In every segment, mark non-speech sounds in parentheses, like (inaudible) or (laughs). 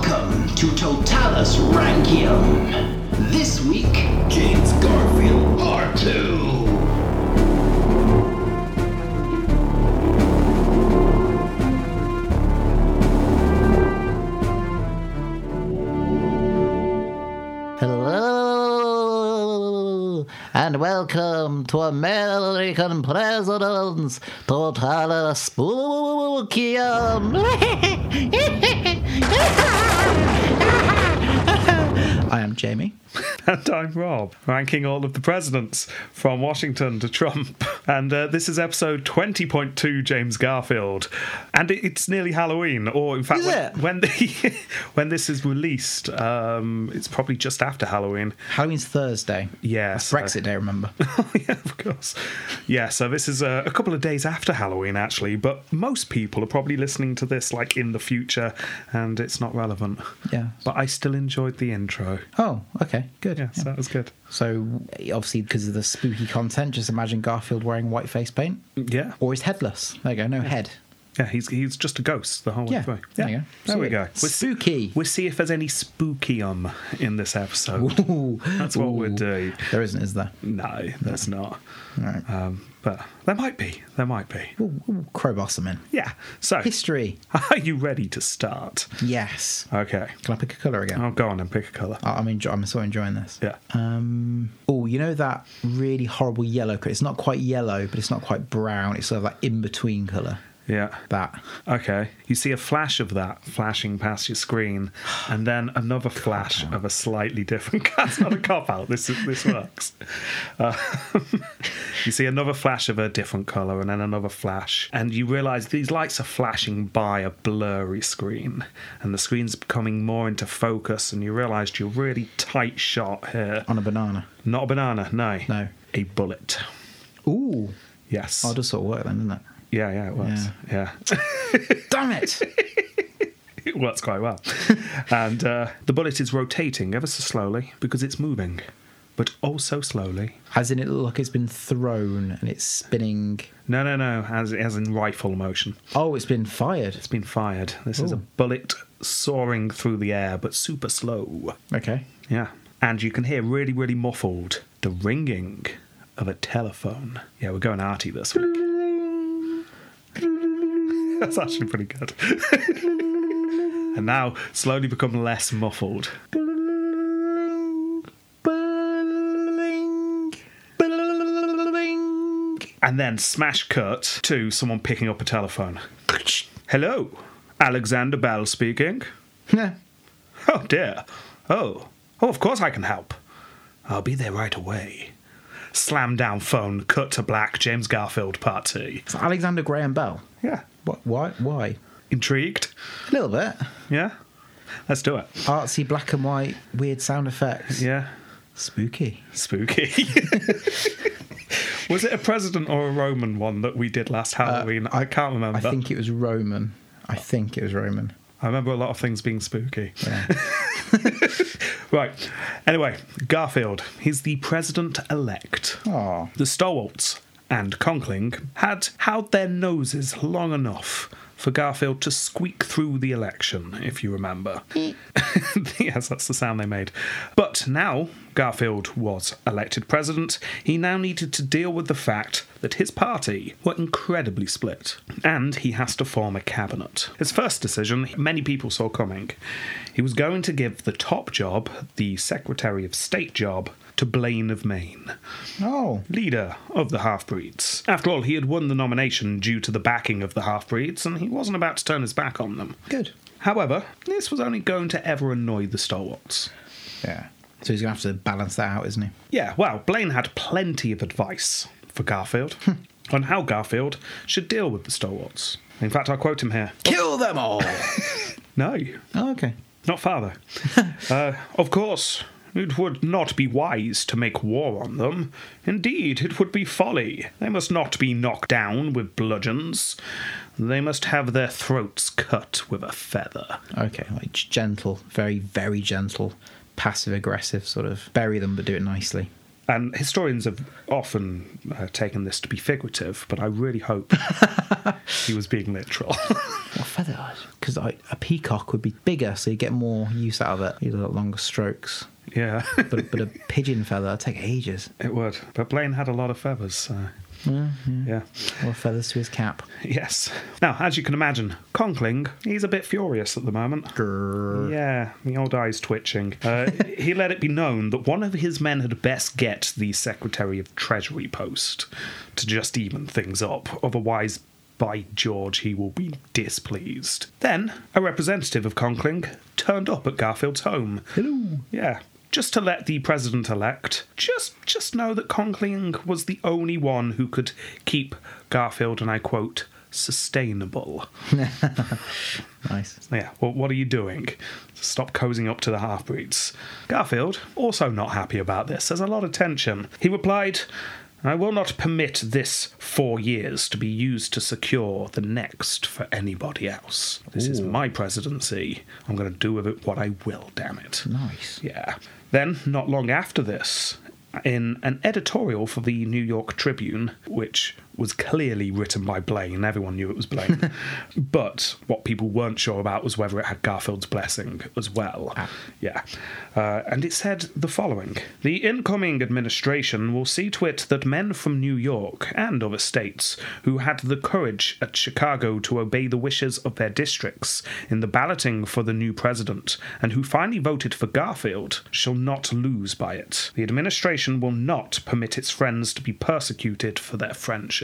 to Totalis Rankium. This week, James Garfield Part 2. Hello and welcome to American Presidents Total um, (laughs) Spookium. I am Jamie. (laughs) And I'm Rob, ranking all of the presidents from Washington to Trump. (laughs) And uh, this is episode 20.2 James Garfield. And it, it's nearly Halloween, or in fact, Is when, it? (laughs) when, the, when this is released, um, it's probably just after Halloween. Halloween's Thursday. Yeah. so- Brexit Day, remember? (laughs) yeah, of course. Yeah, so this is a, a couple of days after Halloween, actually, but most people are probably listening to this like in the future and it's not relevant. Yeah. But I still enjoyed the intro. Oh, okay, good. Yeah, so that was good. So, obviously, because of the spooky content, just imagine Garfield wearing white face paint Yeah. or he's headless. There you go, no head. (laughs) Yeah, he's he's just a ghost the whole Yeah, way through. there you go. There we Sweet. go. We'll see- Spooky. We'll see if there's any spookium in this episode. (laughs) Ooh, That's what we're ooh. doing. There isn't, is there? No, there's not. Right. Um, but there might be. There might be. Ooh, ooh, crowbar some in. Yeah. So, History. (laughs) are you ready to start? Yes. Okay. Can I pick a colour again? Oh, go on and pick a colour. I- I'm, enjoy- I'm so enjoying this. Yeah. Um, oh, you know that really horrible yellow colour? It's not quite yellow, but it's not quite brown. It's sort of like in between colour. Yeah. That. Okay. You see a flash of that flashing past your screen, and then another flash of a slightly different. (laughs) That's not a cop out. This is, this works. Uh, (laughs) you see another flash of a different color, and then another flash, and you realize these lights are flashing by a blurry screen, and the screen's becoming more into focus, and you realize you're really tight shot here. On a banana. Not a banana, no. No. A bullet. Ooh. Yes. Oh, it does sort of work then, doesn't it? Yeah, yeah, it works. yeah. Damn it! (laughs) it works quite well. and uh, the bullet is rotating ever so slowly because it's moving, but also slowly. As in, it look like it's been thrown and it's spinning. No, no, no, as, as in rifle motion. Oh, it's been fired. It's been fired. This is a Ooh. bullet soaring through the air, but super slow. Okay. (laughs) Yeah. And you can hear really, really muffled the ringing of a telephone. Yeah, we're going arty this week. (laughs) That's actually pretty good. (laughs) and now slowly become less muffled. And then smash cut to someone picking up a telephone. Hello, Alexander Bell speaking. Yeah. Oh dear. Oh. Oh, of course I can help. I'll be there right away. Slam down phone, cut to black, James Garfield part two. It's Alexander Graham Bell. Yeah. What? Why? Why? Intrigued? A little bit. Yeah? Let's do it. Artsy black and white, weird sound effects. Yeah. Spooky. Spooky. (laughs) Was it a president or a Roman one that we did last Halloween? I can't remember. Uh, I think it was Roman. I think it was Roman. I remember a lot of things being spooky. Yeah. (laughs) Right. Anyway, Garfield, he's the president elect. Aw. The Stowalts and Conkling had held their noses long enough for Garfield to squeak through the election, if you remember. (laughs) yes, that's the sound they made. But now Garfield was elected president, he now needed to deal with the fact that his party were incredibly split, and he has to form a cabinet. His first decision, many people saw coming. He was going to give the top job, the Secretary of State job, to Blaine of Maine Oh. leader of the half breeds. After all, he had won the nomination due to the backing of the half breeds, and he wasn't about to turn his back on them. Good. However, this was only going to ever annoy the stalwarts. Yeah. So he's going to have to balance that out, isn't he? Yeah, well, Blaine had plenty of advice for Garfield on how Garfield should deal with the stalwarts. In fact, I'll quote him here. Kill them all! No, (laughs) oh, okay. not father. uh, of course, it would not be wise to make war on them. Indeed, it would be folly. They must not be knocked down with bludgeons. They must have their throats cut with a feather. Okay. Like g- gentle, very, very gentle, passive aggressive sort of bury them, but do it nicely. And historians have often uh, taken this to be figurative, but I really hope he was being literal. (laughs) What feather? Because like, a peacock would be bigger, so you get more use out of it. You got longer strokes. yeah, But, (laughs) but a pigeon feather, that'd take ages. it would. But Blaine had a lot of feathers, so. yeah. More feathers to his cap. Yes. Now, as you can imagine, Conkling, he's a bit furious at the moment. Grrr. Yeah, the old eye's twitching. Uh, he let it be known that one of his men had best get the Secretary of Treasury post to just even things up, otherwise, by George, he will be displeased. Then, a representative of Conkling turned up at Garfield's home. Hello. Yeah. Just to let the president elect just just know that Conkling was the only one who could keep Garfield and I quote sustainable. Nice. Yeah, well, what are you doing? Stop cozying up to the half breeds. Garfield, also not happy about this, there's a lot of tension. He replied, I will not permit this four years to be used to secure the next for anybody else. This is my presidency. I'm going to do with it what I will, damn it. Nice. Yeah. Then, not long after this, in an editorial for the New York Tribune, which was clearly written by Blaine, everyone knew it was Blaine, but what people weren't sure about was whether it had Garfield's blessing as well. Yeah. Uh, and it said the following The incoming administration will see to it that men from New York and other states who had the courage at Chicago to obey the wishes of their districts in the balloting for the new president and who finally voted for Garfield shall not lose by it. The administration will not permit its friends to be persecuted for their friendship.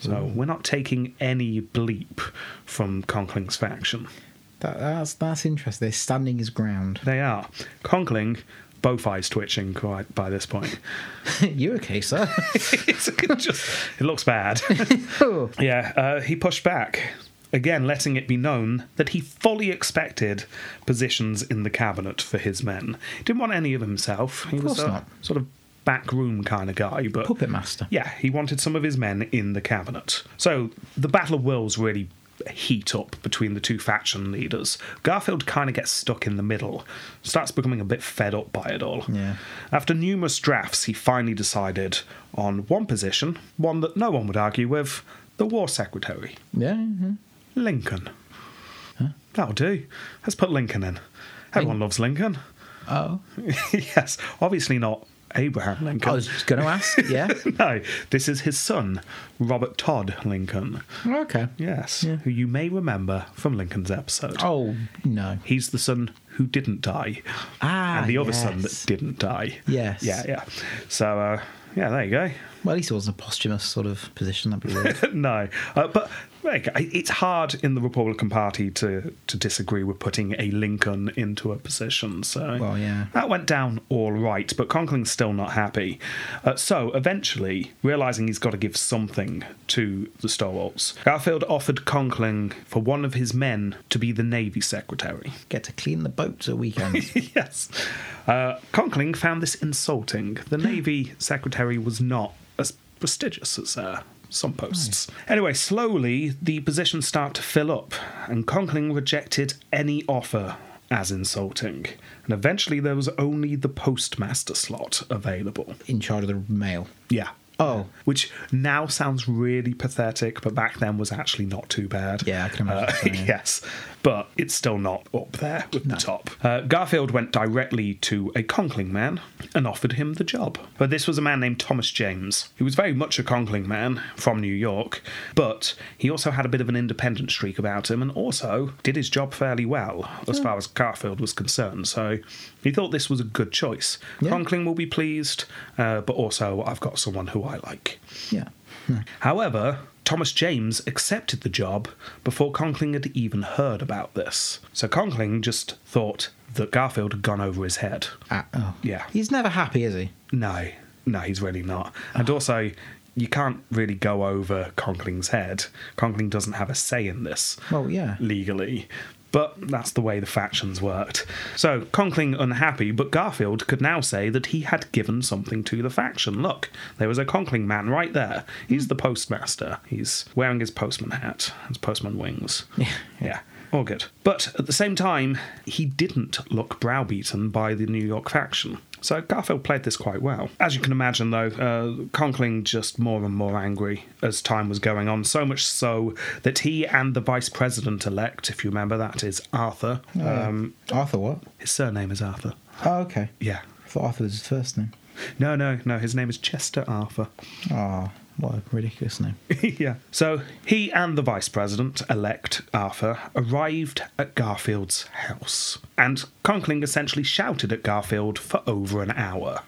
So we're not taking any bleep from Conkling's faction. That, that's that's interesting. They're standing his ground. They are. Conkling, both eyes twitching quite by this point. (laughs) you okay, sir? (laughs) it's (laughs) just, it looks bad. (laughs) oh, Yeah, uh, he pushed back, again letting it be known that he fully expected positions in the cabinet for his men. Didn't want any of himself. He was course a not. sort of backroom kind of guy, but puppet master. yeah, he wanted some of his men in the cabinet. So the Battle of Wills really heat up between the two faction leaders. Garfield kind of gets stuck in the middle, starts becoming a bit fed up by it all. Yeah. After numerous drafts, he finally decided on one position, one that no one would argue with the War Secretary, Yeah. mhm. Lincoln. That'll do. Let's put Lincoln in. Everyone loves Lincoln. (laughs) Oh, yes, obviously not Abraham Lincoln I was just going to (laughs) ask. Yeah. no, this is his son, Robert Todd Lincoln. okay. Yes, Yeah. who you may remember from Lincoln's episode. Oh no. He's the son who didn't die. Ah, and the other son that yes. didn't die. Yes. Yeah, yeah. So, uh, yeah, there you go. Well, at least it wasn't a posthumous sort of position. (laughs) That'd be weird. no, uh, but like, I- it's hard in the Republican Party to to disagree with putting a Lincoln into a position. So Well, yeah. that went down all right, but Conkling's still not happy. Uh, so eventually, realizing he's got to give something to the stalwarts, Garfield offered Conkling for one of his men to be the Navy Secretary Get to clean the boats at (laughs) weekends. yes. Uh, Conkling found this insulting. The Navy Secretary was not as prestigious as uh, some posts. Anyway, slowly the positions start to fill up, and Conkling rejected any offer as insulting. And eventually there was only the postmaster slot available. In charge of the mail. Yeah. Uh, Oh. Which now sounds really pathetic, but back then was actually not too bad. Uh, Yeah, I can imagine so, yeah. (laughs) yes, but it's still not up there with the top. Uh, Garfield went directly to a Conkling man and offered him the job. But this was a man named Thomas James, who was very much a Conkling man from New York, but he also had a bit of an independent streak about him and also did his job fairly well as far as Garfield was concerned. So he thought this was a good choice. Yeah. Conkling will be pleased, uh, but also I've got someone who I like. Yeah. However, Thomas James accepted the job before Conkling had even heard about this. So Conkling just thought that Garfield had gone over his head. Ah, oh. Yeah. He's never happy, is he? No, no, he's really not. And also, you can't really go over Conkling's head. Conkling doesn't have a say in this Well, yeah. legally. But that's the way the factions worked. So Conkling unhappy, but Garfield could now say that he had given something to the faction. Look, there was a Conkling man right there. Hmm. He's the postmaster. He's wearing his postman hat, his postman wings. Yeah. Yeah. All good. But at the same time, he didn't look browbeaten by the New York faction. So Garfield played this quite well. As you can imagine, though, uh, Conkling just more and more angry as time was going on, so much so that he and the vice president elect, if you remember, that is Arthur. Um, Arthur, what? his surname is Arthur. Oh, okay. Yeah. I thought Arthur was his first name. No, no, no, his name is Chester Arthur. Oh, what a ridiculous name. (laughs) yeah. So he and the vice president elect Arthur arrived at Garfield's house, and Conkling essentially shouted at Garfield for over an hour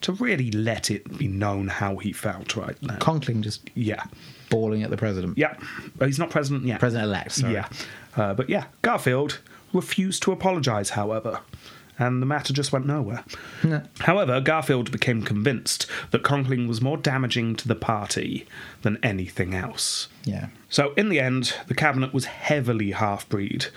to really let it be known how he felt right now. Conkling just yeah. bawling at the president. Yeah. Oh, he's not president yet. President elect, sorry. Yeah. Uh, but yeah, Garfield refused to apologise, however, and the matter just went nowhere. No. However, Garfield became convinced that Conkling was more damaging to the party than anything else. Yeah. So, in the end, the cabinet was heavily half breed,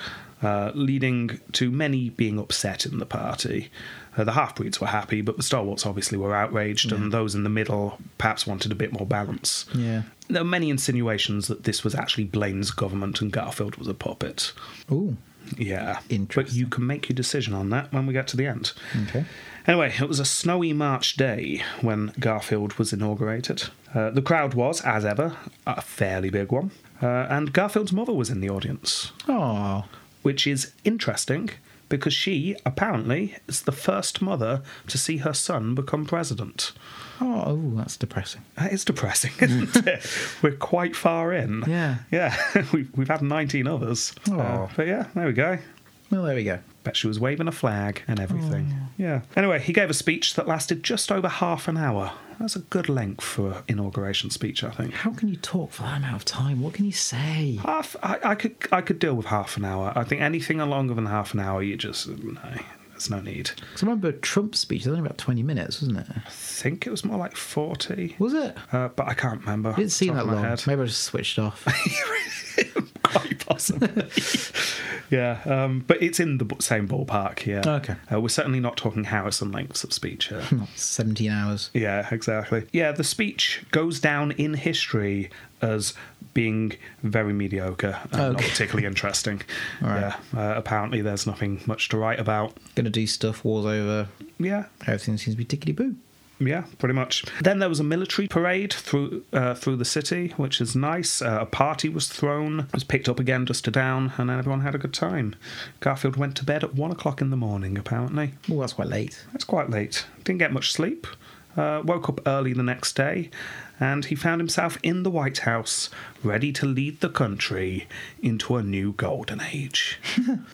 uh, leading to many being upset in the party. Uh, the half breeds were happy, but the stalwarts obviously were outraged, and those in the middle perhaps wanted a bit more balance. Yeah. There were many insinuations that this was actually Blaine's government and Garfield was a puppet. Ooh. Yeah. But Interesting. you can make your decision on that when we get to the end. Okay. Anyway, it was a snowy March day when Garfield was inaugurated. Uh, the crowd was, as ever, a fairly big one, uh, and Garfield's mother was in the audience, Oh. which is interesting because she apparently is the first mother to see her son become president. Oh, ooh, that's depressing. That is depressing, (laughs) (laughs) isn't it? We're quite far in. Yeah. Yeah. (laughs) we've, we've had 19 others. Uh, Aw. but yeah, there we go. Well, there we go. Bet she was waving a flag and everything. Oh, Yeah. Anyway, he gave a speech that lasted just over half an hour. That's a good length for an inauguration speech, I think. How can you talk for that amount of time? What can you say? Half, I, I could, I could deal with half an hour. I think anything longer than half an hour, you just no, there's no need. Because I remember Trump's speech, it was only about 20 minutes, wasn't it? I think it was more like forty, Was it? uh, but I can't remember. It didn't seem Top that of my long. head. (laughs) Maybe I just switched off. Quite possibly. (laughs) yeah, um, but it's in the b- same ballpark. Yeah. Okay. Uh, we're certainly not talking Harrison lengths of speech here. Not 17 hours. Yeah, exactly. Yeah, the speech goes down in history as being very mediocre and not Okay. particularly interesting. right. Yeah, uh, apparently there's nothing much to write about. Gonna do stuff, war's over. Yeah, Everything seems to be tickety boo. yeah, pretty much. Then there was a military parade through uh, through the city, which is nice. Uh, a party was thrown, it was picked up again just to down, and then everyone had a good time. Garfield went to bed at one o'clock in the morning, apparently. Oh, that's quite late. That's quite late. Didn't get much sleep. Uh, woke up early the next day, and he found himself in the White House, ready to lead the country into a new golden age.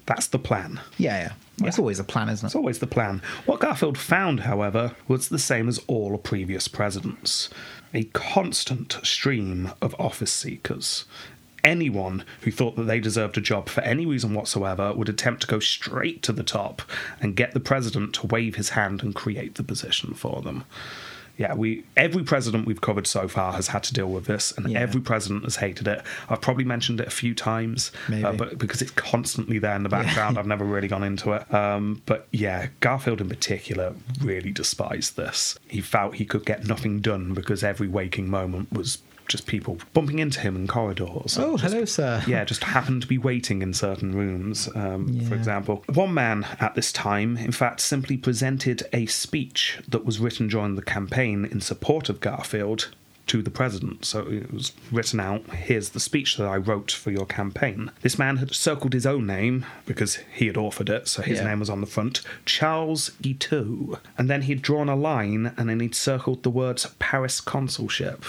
That's the plan. Yeah, yeah. Well, It's always a plan, isn't It's it? always the plan. What Garfield found, however, was the same as all previous presidents a constant stream of office seekers. Anyone who thought that they deserved a job for any reason whatsoever would attempt to go straight to the top and get the president to wave his hand and create the position for them. Yeah, we every president we've covered so far has had to deal with this, and Yeah. every president has hated it. I've probably mentioned it a few times, uh, Maybe. but because it's constantly there in the background. I've never really gone into it. Um, but yeah, Garfield in particular really despised this. He felt he could get nothing done because every waking moment was just people bumping into him in corridors. Oh, Just- hello, sir. yeah, just happened to be waiting in certain rooms, um, for Yeah. example. One man at this time, in fact, simply presented a speech that was written during the campaign in support of Garfield to the president. So it was written out here's the speech that I wrote for your campaign. This man had circled his own name because he had authored it, so his Yeah. name was on the front Charles Guiteau. And then he'd drawn a line and then he'd circled the words Paris consulship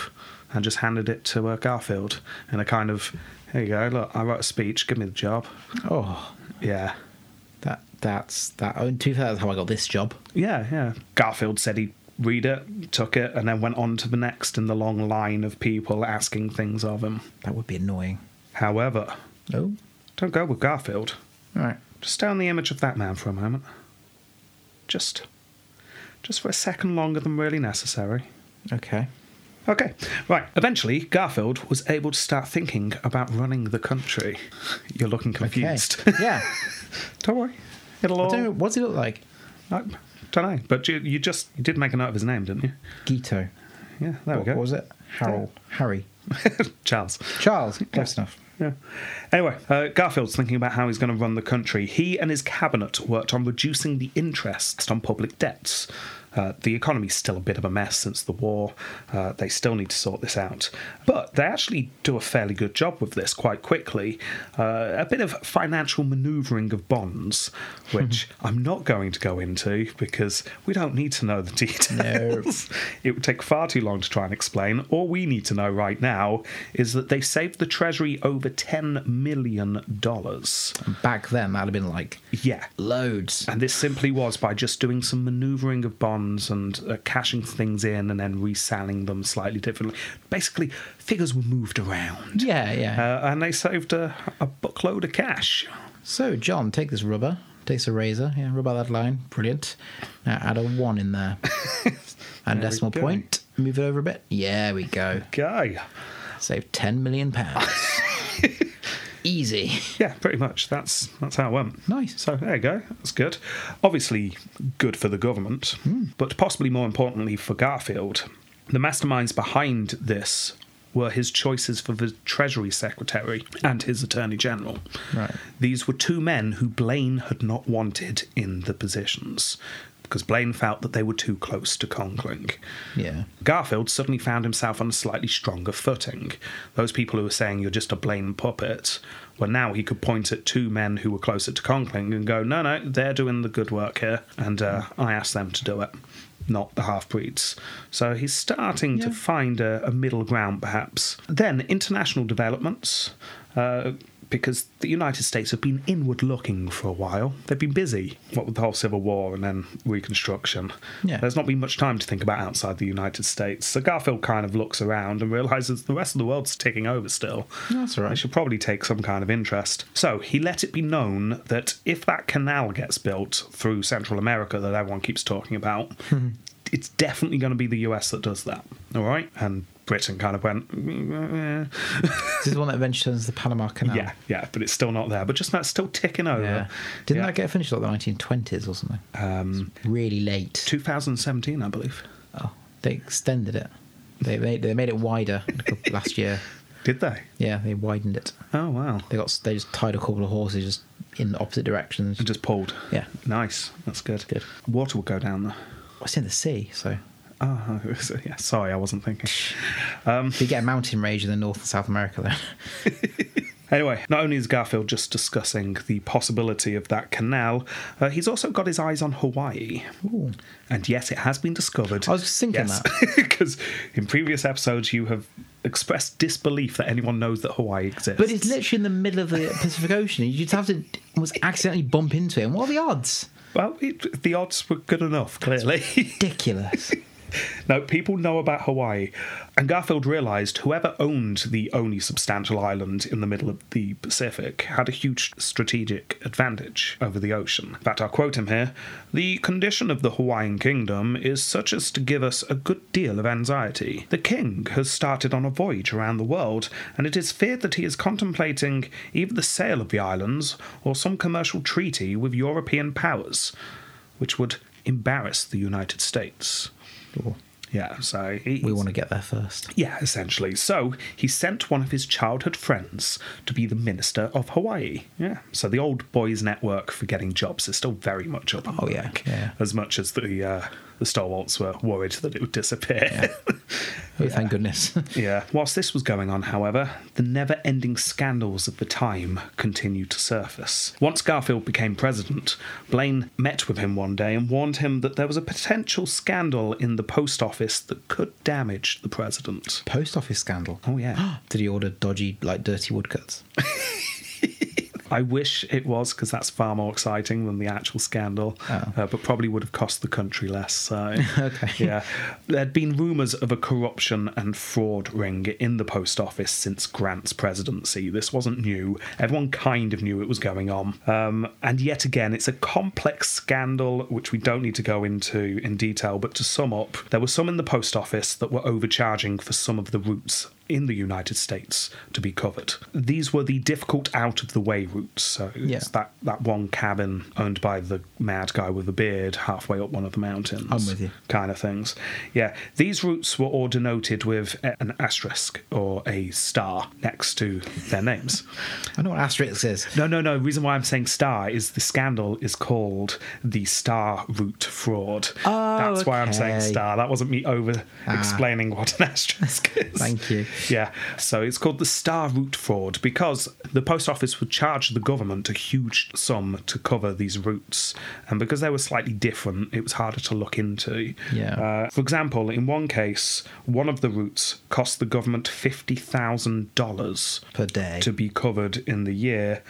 and just handed it to uh, Garfield in a kind of, here you go, look, I wrote a speech, give me the job. Oh, Yeah. that that's that. Oh, in 2000, that's how I got this job. Yeah, yeah. Garfield said he'd read it, took it, and then went on to the next in the long line of people asking things of him. That would be annoying. However, Oh, don't go with Garfield. all right. Just stay on the image of that man for a moment. Just. Just for a second longer than really necessary. Okay. Okay, right. Eventually, Garfield was able to start thinking about running the country. (laughs) You're looking Okay. (laughs) confused. yeah. (laughs) don't worry. It'll all. I don't know. What's he look like? I don't know. But you, you just you did make a note of his name, didn't you? Guito. Yeah, there What, we go. what was it? Harold. Harry. (laughs) Charles. Charles. Close enough. yeah. Anyway, uh, Garfield's thinking about how he's going to run the country. He and his cabinet worked on reducing the interest on public debts. Uh, the economy's still a bit of a mess since the war. Uh, they still need to sort this out. But they actually do a fairly good job with this quite quickly. Uh, a bit of financial manoeuvring of bonds, which I'm not going to go into because we don't need to know the (laughs) details. It would take far too long to try and explain. All we need to know right now is that they saved the Treasury over $10 million. Back then, that'd have been like Yeah. loads. And this simply was by just doing some maneuvering of bonds and uh, cashing things in and then reselling them slightly differently. Basically, figures were moved around. Yeah, yeah. Uh, and they saved a, a buckload of cash. So, John, take this rubber. Takes a razor, yeah, rub out that line. Brilliant. Now add a one in (laughs) there. and There we decimal go. point. Move it over a bit. Yeah, we go. Guy. Save ten million (laughs) pounds. Easy. Yeah, pretty much. That's that's how it went. Nice. So there you go. That's good. Obviously, good for the government, Hmm. but possibly more importantly for Garfield. The masterminds behind this were his choices for the Treasury Secretary and his Attorney General. Right. These were two men who Blaine had not wanted in the positions because Blaine felt that they were too close to Conkling. Yeah. Garfield suddenly found himself on a slightly stronger footing. Those people who were saying you're just a Blaine puppet, well, now he could point at two men who were closer to Conkling and go, no, no, they're doing the good work here, and uh, I asked them to do it, not the half breeds. So he's starting to Yeah. find a, a middle ground, perhaps. Then international developments. Uh, because the United States have been inward looking for a while. They've been busy, what with the whole Civil War and then Reconstruction. Yeah. There's not been much time to think about outside the United States. So Garfield kind of looks around and realizes the rest of the world's ticking over still. That's all right. They should probably take some kind of interest. So he let it be known that if that canal gets built through Central America that everyone keeps (laughs) talking about, it's definitely going to be the US that does that. All right? And Britain kind of went, (laughs) "Mm, eh." This is the one that eventually turns the Panama Canal. yeah, yeah, but it's still not there. But just that's still ticking over. Yeah. Didn't Yeah. that get finished like the 1920s or something? um, Really late. 2017, I believe. Oh, they extended it. They made they made it wider (laughs) a couple- last year. Did they? Yeah, they widened it. Oh wow! They got they just tied a couple of horses just in the opposite directions. And just pulled. Yeah. Nice. That's good. Good. Water will go down (laughs) there. It's in the sea, so Oh, so- (laughs) yeah. Sorry, I (laughs) wasn't thinking. you get a mountain range in the North and South America then. (laughs) Anyway, not only is Garfield just discussing the possibility of that canal, uh, he's also got his eyes on Hawaii. And yes, it has been discovered. I was just thinking that. (laughs) Because in previous episodes, you have expressed disbelief that anyone knows that Hawaii exists. But it's literally in the middle of (laughs) the Pacific Ocean. You just have to almost accidentally bump into it. And what are the odds? Well, it, the odds were good enough, clearly. (laughs) Ridiculous. No, people know about Hawaii. And Garfield realised whoever owned the only substantial island in the middle of the Pacific had a huge strategic advantage over the ocean. In fact, I'll quote him here The condition of the Hawaiian kingdom is such as to give us a good deal of anxiety. The king has started on a voyage around the world, and it is feared that he is contemplating either the sale of the islands or some commercial treaty with European powers, which would embarrass the United States. Cool. Yeah, so he, we want to get there first. yeah, essentially. So he sent one of his childhood friends to be the minister of Hawaii. Yeah. So the old boys' network for getting jobs is still very much up. and Oh, yeah, back, yeah. As much as the uh, the stalwarts were worried that it would disappear. (laughs) Oh, thank goodness. (laughs) Yeah. Whilst this was going on, however, the never ending scandals of the time continued to surface. Once Garfield became president, Blaine met with him one day and warned him that there was a potential scandal in the post office that could damage the president. Post office scandal. (gasps) Oh, yeah. Did he order dodgy, like dirty woodcuts? I wish it was because that's far more exciting than the actual scandal, uh, but probably would have cost the country less. So, Okay. (laughs) yeah, there'd been rumours of a corruption and fraud ring in the post office since Grant's presidency. This wasn't new. Everyone kind of knew it was going on, um, and yet again, it's a complex scandal which we don't need to go into in detail. But to sum up, there were some in the post office that were overcharging for some of the routes in the United States to be covered. These were the difficult out of the way routes. So Yeah. it's that, that one cabin owned by the mad guy with the beard halfway up one of the mountains. I'm with you. Kind of things. Yeah. These routes were all denoted with a- an asterisk or a star next to their names. I know what asterisk is. No, no, no. Reason why I'm saying star is the scandal is called the Star Route fraud. Oh, That's why I'm saying okay. Ah. star. That wasn't me over explaining what an (laughs) asterisk is. Thank you. Yeah. So it's called the Star Route fraud because the post office would charge the government a huge sum to cover these routes, and because they were slightly different, it was harder to look into. Yeah. Uh, for example, in one case, one of the routes cost the government fifty thousand dollars Per day. to be covered in the year.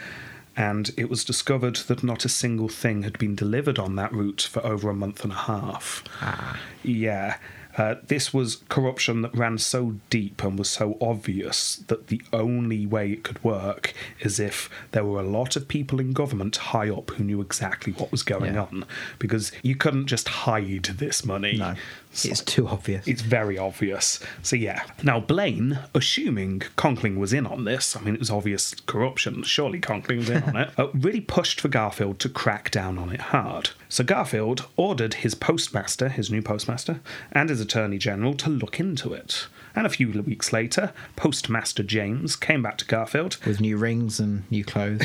And it was discovered that not a single thing had been delivered on that route for over a month and a half. Ah. Yeah. Uh, this was corruption that ran so deep and was so obvious that the only way it could work is if there were a lot of people in government high up who knew exactly what was going Yeah. on. Because you couldn't just hide this money. No, it's too obvious. It's very obvious. So yeah. Now Blaine, assuming Conkling was in on this, I mean it was obvious corruption. Surely Conkling was in on it. Uh, really pushed for Garfield to crack down on it hard. So Garfield ordered his postmaster, his new postmaster, and his attorney general to look into it. And a few weeks later, Postmaster James came back to Garfield With new rings and new clothes.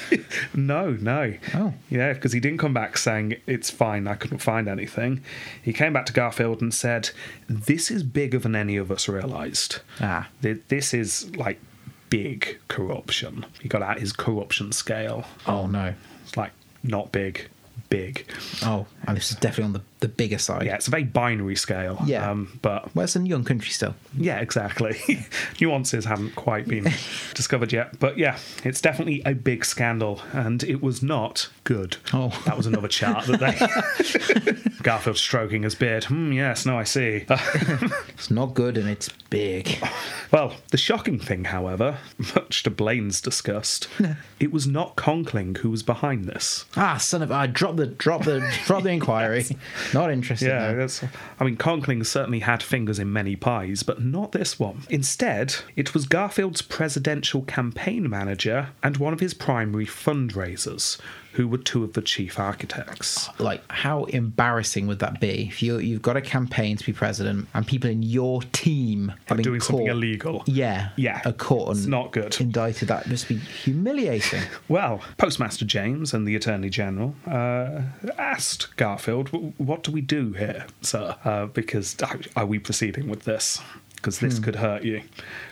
(laughs) no, no. Oh. Yeah, because he didn't come back saying, it's fine, I couldn't find anything. He came back to Garfield and said, this is bigger than any of us realised. Ah. Th- This is like big corruption. He got out his corruption scale. oh no. It's like not big, big. Oh, and this is definitely on the, the bigger side. Yeah, it's a very binary scale. Um, Yeah. but Well, it's in young country still. Yeah, exactly. (laughs) Nuances haven't quite been discovered yet. But yeah, it's definitely a big scandal and it was not good. Oh. That was another chart that they. Garfield stroking his beard. Hmm, yes, no, I see. It's not good and it's big. (laughs) well, the shocking thing, however, (laughs) much to Blaine's disgust, it was not Conkling who was behind this. Ah, son of I drop the drop (laughs) the drop the inquiry. Not interested. Yeah, no. that's. I mean, Conkling certainly had fingers in many pies, but not this one. Instead, it was Garfield's presidential campaign manager and one of his primary fundraisers, who were two of the chief architects. like how embarrassing would that be if you you've got a campaign to be president and people in your team are being doing caught, something illegal. Yeah, Yeah, are caught and it's not good. Indicted that must be (laughs) humiliating. Well, Postmaster James and the Attorney General uh, asked Garfield, "W- "What do we do here, sir? Uh, because are we proceeding with this? Because this could hurt you."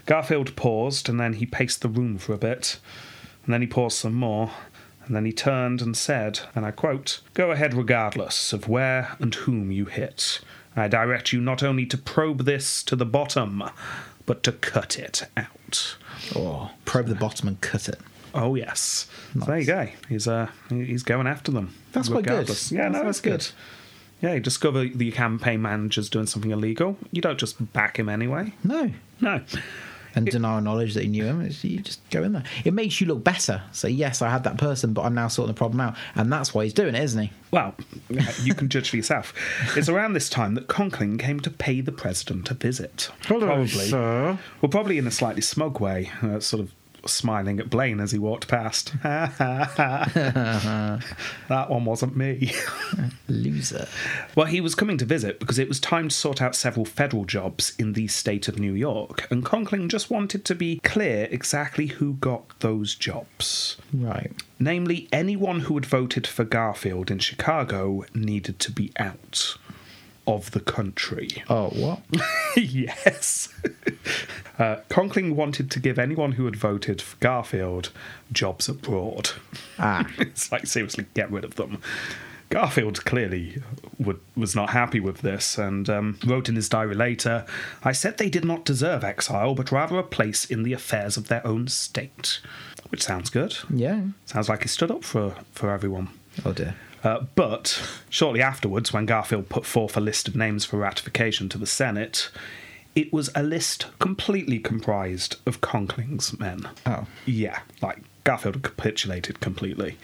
Garfield paused, and then he paced the room for a bit, and then he paused some more. And then he turned and said, and I quote, Go ahead regardless of where and whom you hit. I direct you not only to probe this to the bottom, but to cut it out. oh, probe the bottom and cut it. Oh yes. So there you go. He's uh he's going after them. That's quite good. regardless. Yeah, no, That's- that's that's good. good. Yeah, you discover the campaign manager's doing something illegal. You don't just back him anyway. No, No. and deny knowledge that you knew him. It's, you just go in there. It makes you look better. So yes, I had that person, but I'm now sorting the problem out, and that's why he's doing it, isn't he? Well, (laughs) yeah, you can judge for yourself. It's around this time that Conkling came to pay the president a visit. probably. Well, probably in a slightly smug way, uh, sort of smiling at Blaine as he (laughs) walked past. (laughs) that one wasn't me. (laughs) Loser. Well, he was coming to visit because it was time to sort out several federal jobs in the state of New York, and Conkling just wanted to be clear exactly who got those jobs. Right. Namely, anyone who had voted for Garfield in Chicago needed to be out of the country. (laughs) Oh, what? (laughs) yes. Uh, Conkling wanted to give anyone who had voted for Garfield jobs abroad. Ah. (laughs) it's like seriously, get rid of them. Garfield clearly would, was not happy with this and um, wrote in his diary later I said they did not deserve exile, but rather a place in the affairs of their own state. Which sounds good. Yeah. Sounds like he stood up for, for everyone. Oh dear. Uh, but shortly afterwards, when Garfield put forth a list of names for ratification to the Senate, it was a list completely comprised of Conkling's men. Oh. Yeah, like Garfield capitulated completely.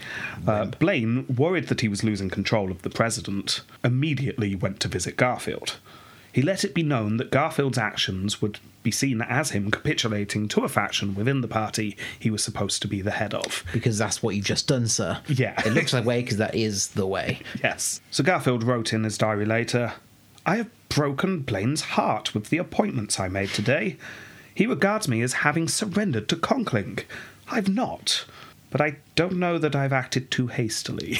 Uh, Blaine, worried that he was losing control of the president, immediately went to visit Garfield. He let it be known that Garfield's actions would be seen as him capitulating to a faction within the party he was supposed to be the head of. because that's what you've just done, sir. Yeah. It looks that way because that is the way. Yes. So Garfield wrote in his diary later I have broken Blaine's heart with the appointments I made today. He regards me as having surrendered to Conkling. I've not. But I don't know that I've acted too hastily.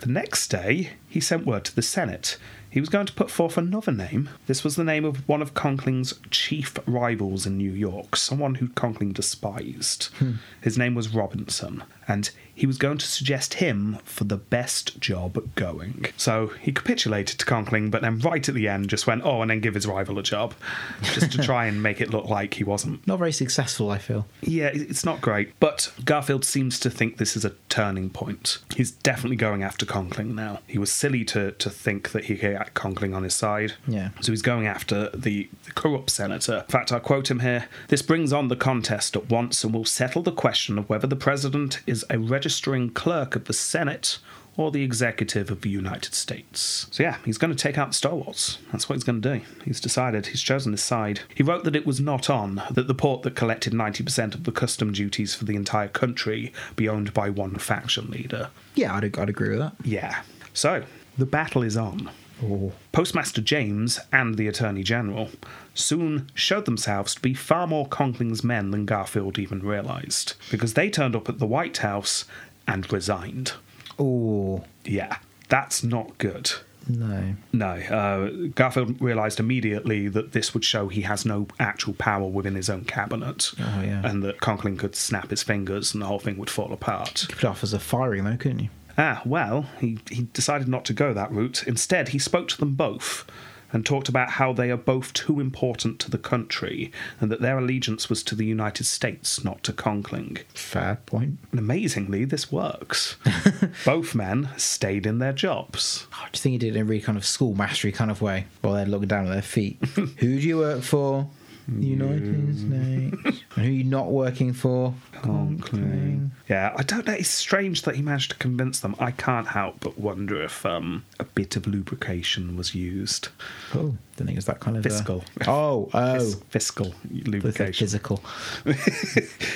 the next day, he sent word to the Senate. He was going to put forth another name. This was the name of one of Conkling's chief rivals in New York, someone who Conkling despised. His name was Robinson, and he was going to suggest him for the best job going. So he capitulated to Conkling, but then right at the end just went, oh, and then give his rival a job, just to try and make it look like he wasn't Not very successful, I feel. yeah, it- it's not great. But Garfield seems to think this is a turning point. He's definitely going after Conkling now. He was silly to, to think that he could get Conkling on his side. Yeah. So he's going after the, the corrupt senator. In fact, I quote him here This brings on the contest at once and will settle the question of whether the president is a registering clerk of the Senate. Or the executive of the United States. So, yeah, he's going to take out Star Wars. That's what he's going to do. He's decided, he's chosen his side. He wrote that it was not on that the port that collected 90% of the custom duties for the entire country be owned by one faction leader. Yeah, I'd, I'd agree with that. Yeah. So, the battle is on. Oh. Postmaster James and the Attorney General soon showed themselves to be far more Conkling's men than Garfield even realised, because they turned up at the White House and resigned. Oh, Yeah, that's not good. no. No, uh, Garfield realised immediately that this would show he has no actual power within his own cabinet, Oh, yeah. and that Conkling could snap his fingers and the whole thing would fall apart. Could off as a firing, though, couldn't you? Ah, well, he, he decided not to go that route. Instead, he spoke to them both and talked about how they are both too important to the country and that their allegiance was to the United States, not to Conkling. Fair point. And amazingly, this works. both men stayed in their jobs. I just Oh, think he did it in a really kind of school mastery kind of way, while they're looking down at their (laughs) feet. who do you work for? United States. and who are you not working for? Conkling. Yeah, I don't know. It's strange that he managed to convince them. I can't help but wonder if um, a bit of lubrication was used. Oh, didn't think it was that kind of uh, Fiscal. oh, oh, Fis- fiscal With lubrication. physical.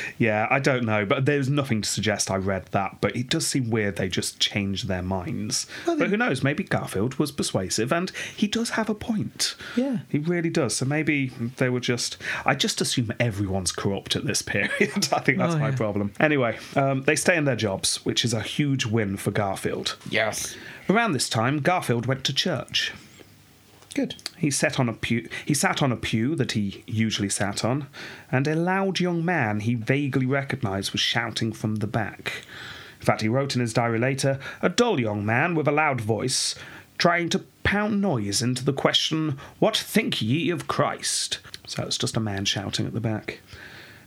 (laughs) yeah, I don't know, but there's nothing to suggest I read that. But it does seem weird they just changed their minds. but who knows? Maybe Garfield was persuasive, and he does have a point. Yeah. he really does. So maybe they were just. I just assume everyone's corrupt at this period. (laughs) I think that's Oh, my yeah. problem. Anyway, um, they stay in their jobs, which is a huge win for Garfield. Yes. Around this time, Garfield went to church. Good. He sat on a pew. He sat on a pew that he usually sat on, and a loud young man he vaguely recognised was shouting from the back. In fact, he wrote in his diary later, a dull young man with a loud voice, trying to pound noise into the question, "What think ye of Christ?" So it's just a man shouting at the back.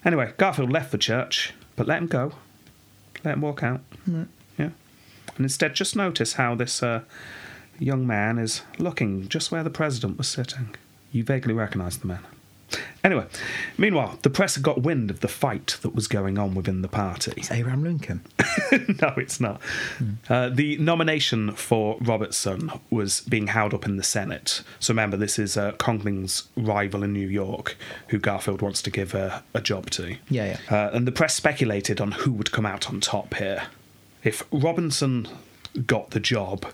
Anyway, Garfield left the church, but let him go. Let him walk out. Yeah. And instead, just notice how this uh, young man is looking just where the president was sitting. You vaguely recognise the man. Anyway, meanwhile, the press had got wind of the fight that was going on within the party. (laughs) It's Abraham Lincoln. no, it's not. Hmm. Uh, the nomination for Robertson was being held up in the Senate. So remember, this is uh, Conkling's rival in New York, who Garfield wants to give uh, a, a job to. Yeah, yeah. Uh, and the press speculated on who would come out on top here. If Robinson got the job,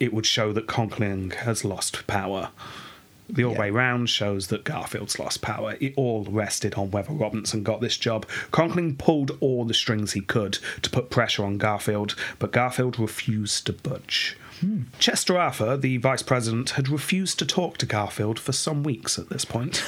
it would show that Conkling has lost power. The all Yeah. way round shows that Garfield's lost power. It all rested on whether Robinson got this job. Conkling pulled all the strings he could to put pressure on Garfield, but Garfield refused to budge. Chester Arthur, the vice president, had refused to talk to Garfield for some weeks at this point.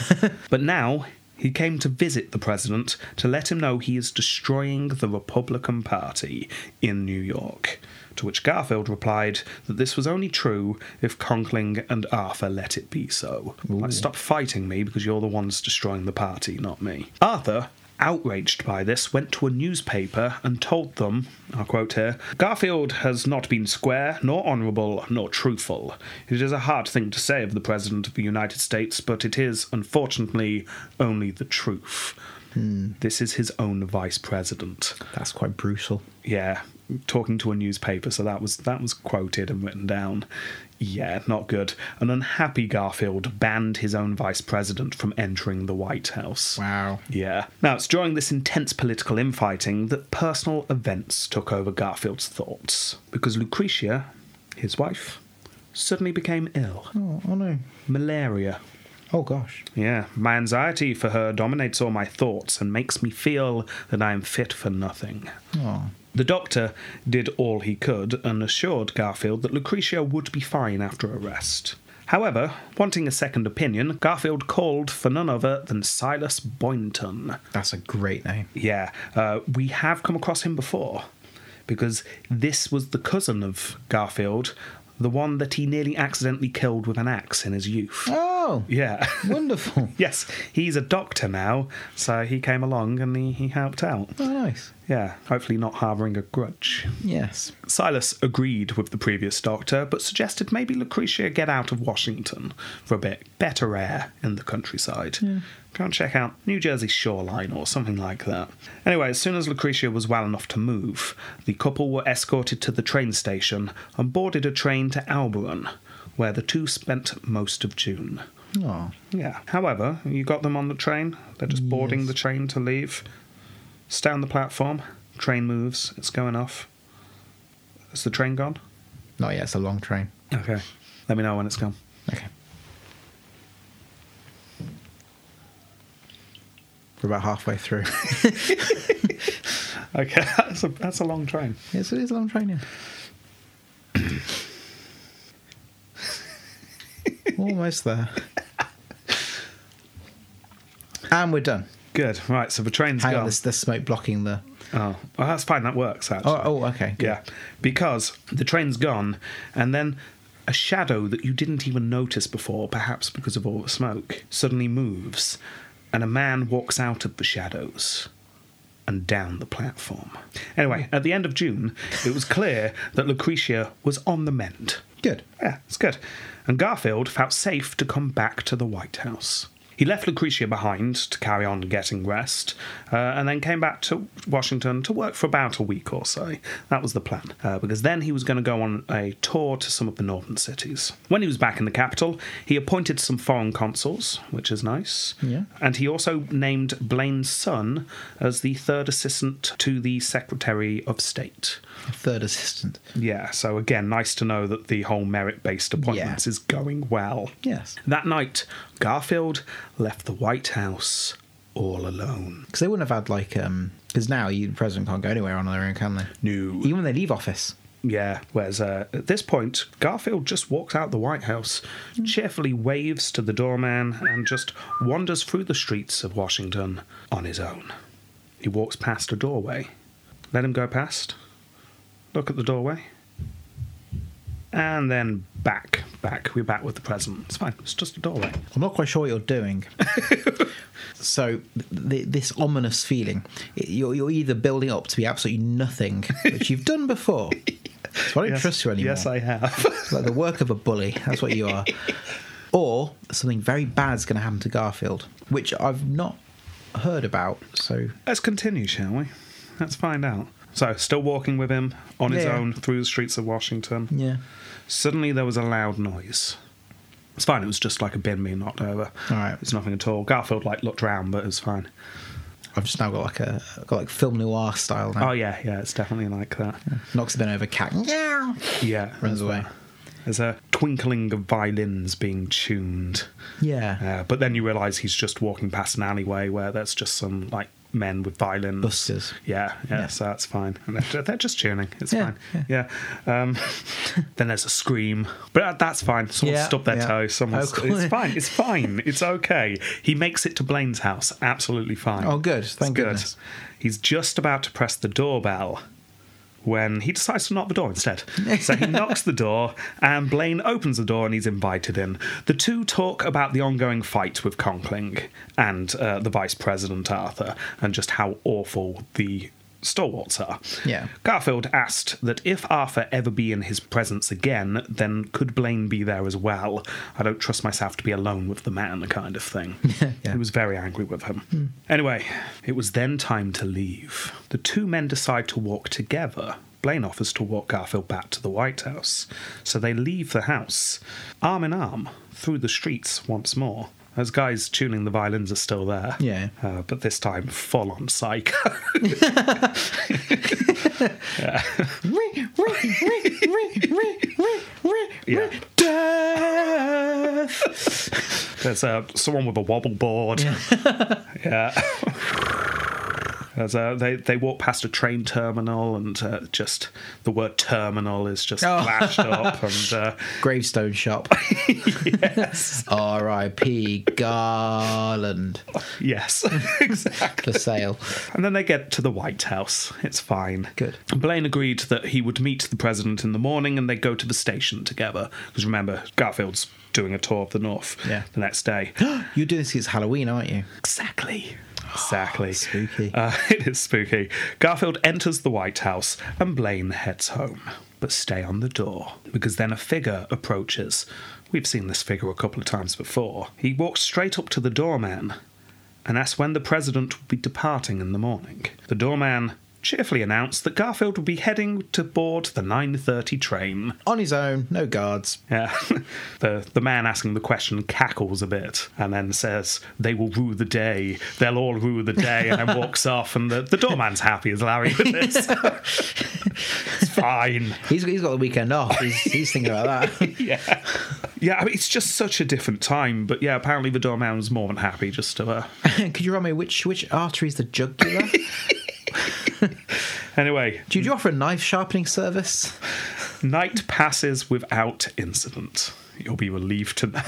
but now he came to visit the president to let him know he is destroying the Republican Party in New York. To which Garfield replied that this was only true if Conkling and Arthur let it be so. Like, stop fighting me because you're the ones destroying the party, not me. Arthur, outraged by this, went to a newspaper and told them, I'll quote here Garfield has not been square, nor honourable, nor truthful. It is a hard thing to say of the President of the United States, but it is, unfortunately, only the truth. This is his own vice president. That's quite brutal. Yeah. talking to a newspaper, so that was that was quoted and written down. Yeah, not good. An unhappy Garfield banned his own vice president from entering the White House. Wow. Yeah. Now, it's during this intense political infighting that personal events took over Garfield's thoughts because Lucretia, his wife, suddenly became ill. Oh, oh no. Malaria. Oh gosh. Yeah, my anxiety for her dominates all my thoughts and makes me feel that I am fit for nothing. Oh. The doctor did all he could and assured Garfield that Lucretia would be fine after a rest. However, wanting a second opinion, Garfield called for none other than Silas Boynton. That's a great name. Yeah, uh, we have come across him before because this was the cousin of Garfield, the one that he nearly accidentally killed with an axe in his youth. Oh. Yeah. (laughs) Wonderful. (laughs) yes, he's a doctor now, so he came along and he, he helped out. Oh, nice. Yeah, hopefully not harbouring a grudge. Yes. Silas agreed with the previous doctor, but suggested maybe Lucretia get out of Washington for a bit. Better air in the countryside. Go and check out New Jersey shoreline or something like that. Anyway, as soon as Lucretia was well enough to move, the couple were escorted to the train station and boarded a train to Alberon, where the two spent most of June. Oh. Yeah. However, you got them on the train. They're just boarding the train to leave. Stay on the platform. Train moves. It's going off. Is the train gone? Not yet. It's a long train. Okay. Let me know when it's gone. Okay. We're about halfway through. Okay. (laughs) that's, a, that's a long train. (laughs) yes, it is a long train. (laughs) Yeah. Almost there. And we're done. Good. Right. So the train's Hang on, gone. there's, there's smoke blocking the. Oh. Well, that's fine. That works, actually. Oh, oh okay. good. Yeah, because the train's gone, and then a shadow that you didn't even notice before, perhaps because of all the smoke, suddenly moves, and a man walks out of the shadows and down the platform. Anyway, Hmm. at the end of June, it was clear that Lucretia was on the mend. Good. Yeah, it's good. And Garfield felt safe to come back to the White House. He left Lucretia behind to carry on getting rest, uh, and then came back to Washington to work for about a week or so. That was the plan, uh, because then he was going to go on a tour to some of the northern cities. When he was back in the capital, he appointed some foreign consuls, which is nice. Yeah. And he also named Blaine's son as the third assistant to the Secretary of State. Third assistant. Yeah, so again, nice to know that the whole merit based appointments Yeah. is going well. Yes. That night, Garfield left the White House all alone. Because they wouldn't have had like um. Because now you, the president can't go anywhere on their own, can they? No. Even when they leave office. Yeah, whereas uh, at this point, Garfield just walks out the White House, cheerfully waves to the doorman, and just wanders through the streets of Washington on his own. He walks past a doorway. Let him go past. Look at the doorway. And then back, back. We're back with the present. It's fine. It's just a doorway. I'm not quite sure what you're (laughs) doing. so th- th- this ominous feeling, it- you're, you're either building up to be absolutely nothing, which you've done (laughs) before. So I don't Yes. trust you anymore. Yes, I have. (laughs) (laughs) It's like the work of a bully. That's what you are. Or something very bad's going to happen to Garfield, which I've not heard about. So Let's continue, shall we? Let's find out. So, still walking with him on his Yeah. own through the streets of Washington. yeah, Suddenly there was a loud noise. It's fine, it was just like a bin being knocked over. All right. It was nothing at all. Garfield like looked round, but it was fine. I've just now got like a got like film noir style Oh now. yeah, yeah, it's definitely like that. Knocks a bin over cat. Yeah, Yeah. runs away. There's a twinkling of violins being tuned. Yeah, Uh, but then you realise he's just walking past an alleyway where there's just some like men with violins. Busters. Yeah, yeah, Yeah. so that's fine. And they're, they're just tuning. It's Yeah, fine. Yeah. Um, (laughs) then there's a scream, but that- that's fine. Someone Yeah, stubbed their yeah. toe. Someone's, Oh, cool. (laughs) It's fine. It's fine. It's okay. He makes it to Blaine's house. Absolutely fine. Oh, good. It's Thank good. goodness. He's just about to press the doorbell when he decides to knock the door instead. So he knocks the door, and Blaine opens the door and he's invited in. The two talk about the ongoing fight with Conkling and uh, the Vice President Arthur, and just how awful the stalwarts are. Yeah. Garfield asked that if Arthur ever be in his presence again, then could Blaine be there as well? I don't trust myself to be alone with the man, kind of thing. (laughs) Yeah. Hmm. He was very angry with him. Anyway, it was then time to leave. The two men decide to walk together. explain offers to walk Garfield back to the White House. So they leave the house, arm in arm, through the streets once more. Those guys tuning the violins are still there. Yeah. Uh, but this time, full on psycho. (laughs) Yeah. Death. There's uh, someone with a wobble board. Yeah. (laughs) There's, uh, they they walk past a train terminal and uh, just the word terminal is just Oh. (laughs) flashed up and uh, Gravestone (laughs) shop. R.I.P. Garland yes (laughs) exactly. for sale. And then they get to the White House. It's fine. Good. Blaine agreed that he would meet the president in the morning and they'd go to the station together. Because remember, Garfield's doing a tour of the North Yeah. the next day. You're doing this because it's Halloween, aren't you? Exactly. Exactly. spooky. Uh, (laughs) it is spooky. Garfield enters the White House and Blaine heads home. But stay on the door, because then a figure approaches. We've seen this figure a couple of times before. He walks straight up to the doorman and asks when the president will be departing in the morning. The doorman cheerfully announced that Garfield will be heading to board the 9.30 train. On his own, no guards. Yeah. (laughs) the the man asking the question cackles a bit and then says, They will rue the day, they'll all rue the day, and then walks off and the, the doorman's happy as Larry with this. it's fine. He's, he's got the weekend off. He's, he's thinking about (laughs) that. Yeah. Yeah, I mean it's just such a different time, but yeah, apparently the doorman was more than happy just to uh, Could you remind me which which artery is the jugular? anyway, Do you offer a knife sharpening service? night passes without incident. You'll be relieved to know.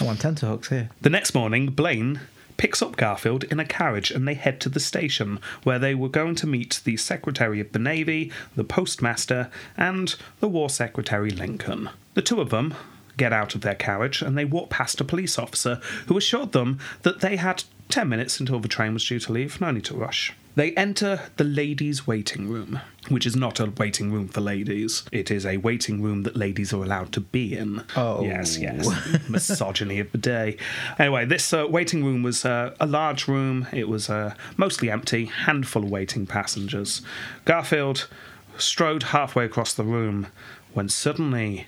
I want Oh, tenterhooks here. The next morning, Blaine picks up Garfield in a carriage and they head to the station where they were going to meet the Secretary of the Navy, the Postmaster, and the War Secretary Lincoln. The two of them get out of their carriage and they walk past a police officer who assured them that they had 10 minutes until the train was due to leave, no need to rush. They enter the ladies' waiting room, which is not a waiting room for ladies. It is a waiting room that ladies are allowed to be in. Oh. Yes, yes. (laughs) Misogyny of the day. Anyway, this uh, waiting room was uh, a large room. It was uh, mostly empty, handful of waiting passengers. Garfield strode halfway across the room when suddenly.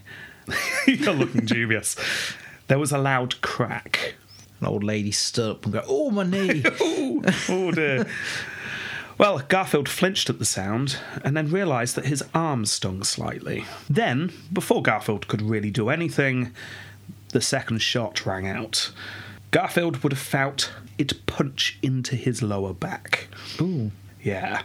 (laughs) You're looking dubious. There was a loud crack. An old lady stood up and go, "Oh my (laughs) knee!" Ooh, oh dear. Well, Garfield flinched at the sound and then realised that his arm stung slightly. Then, before Garfield could really do anything, the second shot rang out. Garfield would have felt it punch into his lower back. Ooh. Yeah.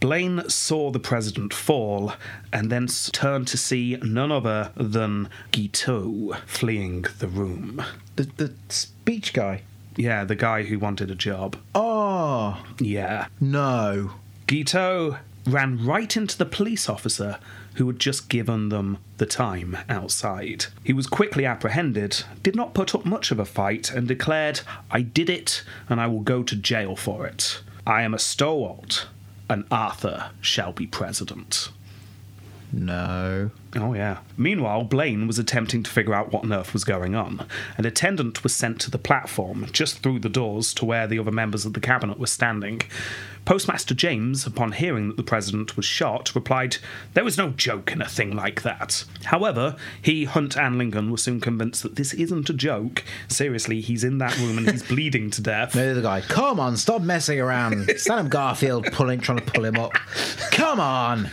Blaine saw the president fall and then s- turned to see none other than Guiteau fleeing the room. The the speech guy. Yeah, the guy who wanted a job. Oh Yeah. no! Guiteau ran right into the police officer who had just given them the time outside. He was quickly apprehended, did not put up much of a fight, and declared, I did it and I will go to jail for it. I am a stalwart, and Arthur shall be president. No. Oh, yeah. Meanwhile, Blaine was attempting to figure out what on earth was going on. An attendant was sent to the platform, just through the doors to where the other members of the cabinet were standing. Postmaster James, upon hearing that the president was shot, replied, There was no joke in a thing like that. However, he, Hunt, and Lincoln were soon convinced that this isn't a joke. Seriously, he's in that room and he's bleeding to death. No, the other guy. Come on, stop messing around. (laughs) Sam Garfield pulling, trying to pull him up. Come on.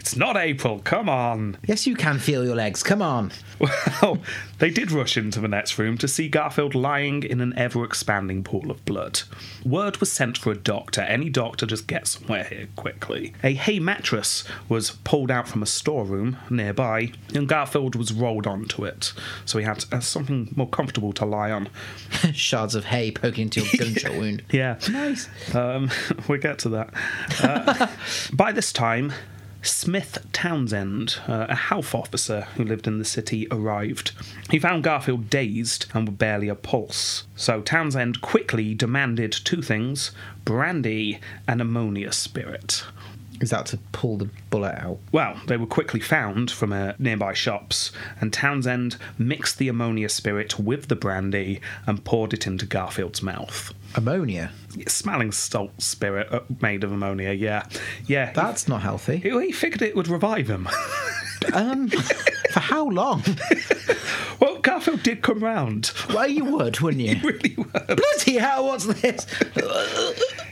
It's not April, come on. Yes, you can feel your legs. Come on. (laughs) Well, they did rush into the next room to see Garfield lying in an ever expanding pool of blood. Word was sent for a doctor. Any doctor, just get somewhere here quickly. A hay mattress was pulled out from a storeroom nearby, and Garfield was rolled onto it. So he had uh, something more comfortable to lie on. Shards of hay poking into your (laughs) gunshot wound. Yeah. Nice. Um, (laughs) we'll get to that. Uh, by this time, Smith Townsend, uh, a health officer who lived in the city, arrived. He found Garfield dazed and with barely a pulse. So Townsend quickly demanded two things brandy and ammonia spirit. Is that to pull the bullet out? Well, they were quickly found from uh, nearby shops, and Townsend mixed the ammonia spirit with the brandy and poured it into Garfield's mouth. Ammonia. Smelling salt spirit uh, made of ammonia, yeah. Yeah. he- That's not healthy. he, he figured it would revive him. (laughs) Um, for how long? well, Garfield did come round. Well, you would, wouldn't you? Really well. Bloody hell! What's this?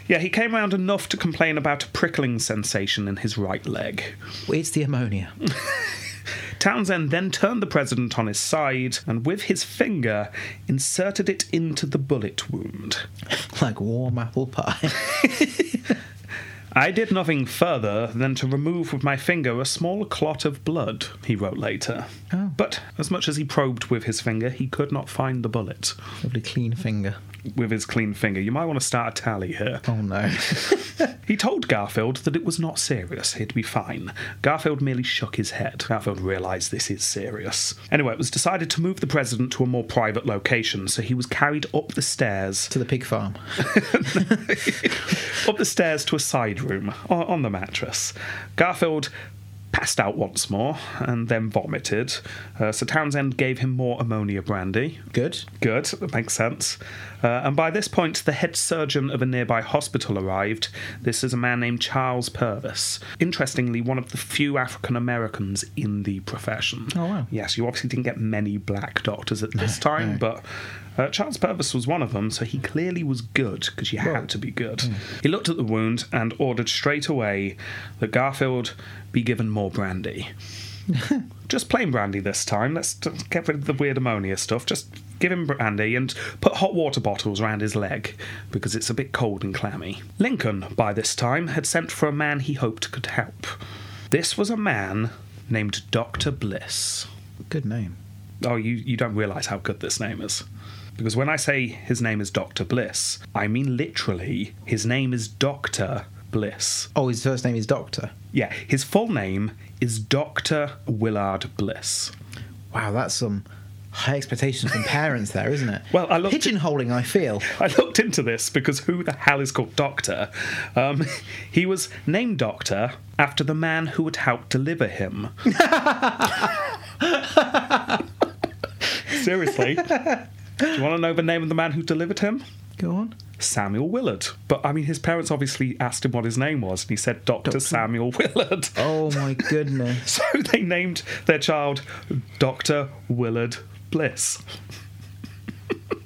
Yeah, he came round enough to complain about a prickling sensation in his right leg. It's the ammonia. Townsend then turned the president on his side and, with his finger, inserted it into the bullet wound. Like warm apple pie. (laughs) I did nothing further than to remove with my finger a small clot of blood, he wrote later. Oh. But as much as he probed with his finger, he could not find the bullet Lovely clean finger. with his clean finger. You might want to start a tally here. Oh (laughs) no. He told Garfield that it was not serious, he'd be fine. Garfield merely shook his head. Garfield realised this is serious. Anyway, it was decided to move the president to a more private location, so he was carried up the stairs to the pig farm. up the stairs to a side room o- on the mattress. Garfield passed out once more and then vomited. Uh, so Townsend gave him more ammonia brandy. Good. Good, that makes sense. Uh, and by this point, the head surgeon of a nearby hospital arrived. This is a man named Charles Purvis. Interestingly, one of the few African Americans in the profession. Oh, wow. Yes, you obviously didn't get many black doctors at (laughs) this time, but uh, Charles Purvis was one of them, so he clearly was good because you had to be good. He looked at the wound and ordered straight away that Garfield be given more brandy. just plain brandy this time. Let's t- get rid of the weird ammonia stuff. Just give him brandy and put hot water bottles around his leg because it's a bit cold and clammy. Lincoln, by this time, had sent for a man he hoped could help. This was a man named Dr. Bliss. Good name. Oh, you, you don't realise how good this name is. Because when I say his name is Dr. Bliss, I mean literally, his name is Dr. Bliss. Oh, his first name is Doctor. Yeah, his full name is Dr. Willard Bliss. Wow, that's some high expectations from parents there, isn't it? (laughs) Well, I looked- pigeonholing. I feel. I looked into this because who the hell is called Doctor? Um, (laughs) he was named Doctor after the man who had helped deliver him. Seriously. Do you want to know the name of the man who delivered him? Go on. Samuel Willard. But I mean, his parents obviously asked him what his name was, and he said Dr. Samuel Willard. Oh my goodness. (laughs) So they named their child Dr. Willard Bliss. (laughs)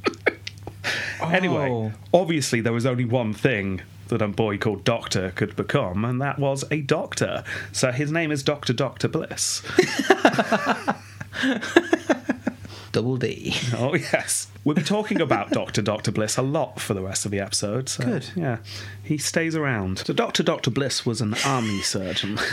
Anyway, Oh. obviously, there was only one thing that a boy called Doctor could become, and that was a doctor. So his name is Dr. (laughs) Dr. Bliss. Double D. oh, yes. We'll be talking about (laughs) Dr. Dr. Bliss a lot for the rest of the episode. So, Good. Yeah. He stays around. So, Dr. Dr. Bliss was an army (laughs) surgeon. (laughs)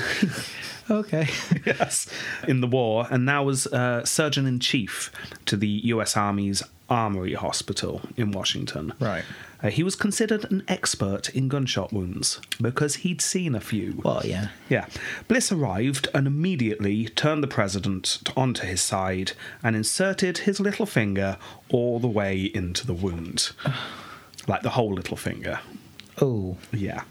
Okay. (laughs) yes, in the war, and now was uh, surgeon in chief to the U.S. Army's Armory Hospital in Washington. Right. Uh, he was considered an expert in gunshot wounds because he'd seen a few. Well, yeah. Yeah. Bliss arrived and immediately turned the president onto his side and inserted his little finger all the way into (sighs) the wound. Like the whole little finger. Oh, Yeah.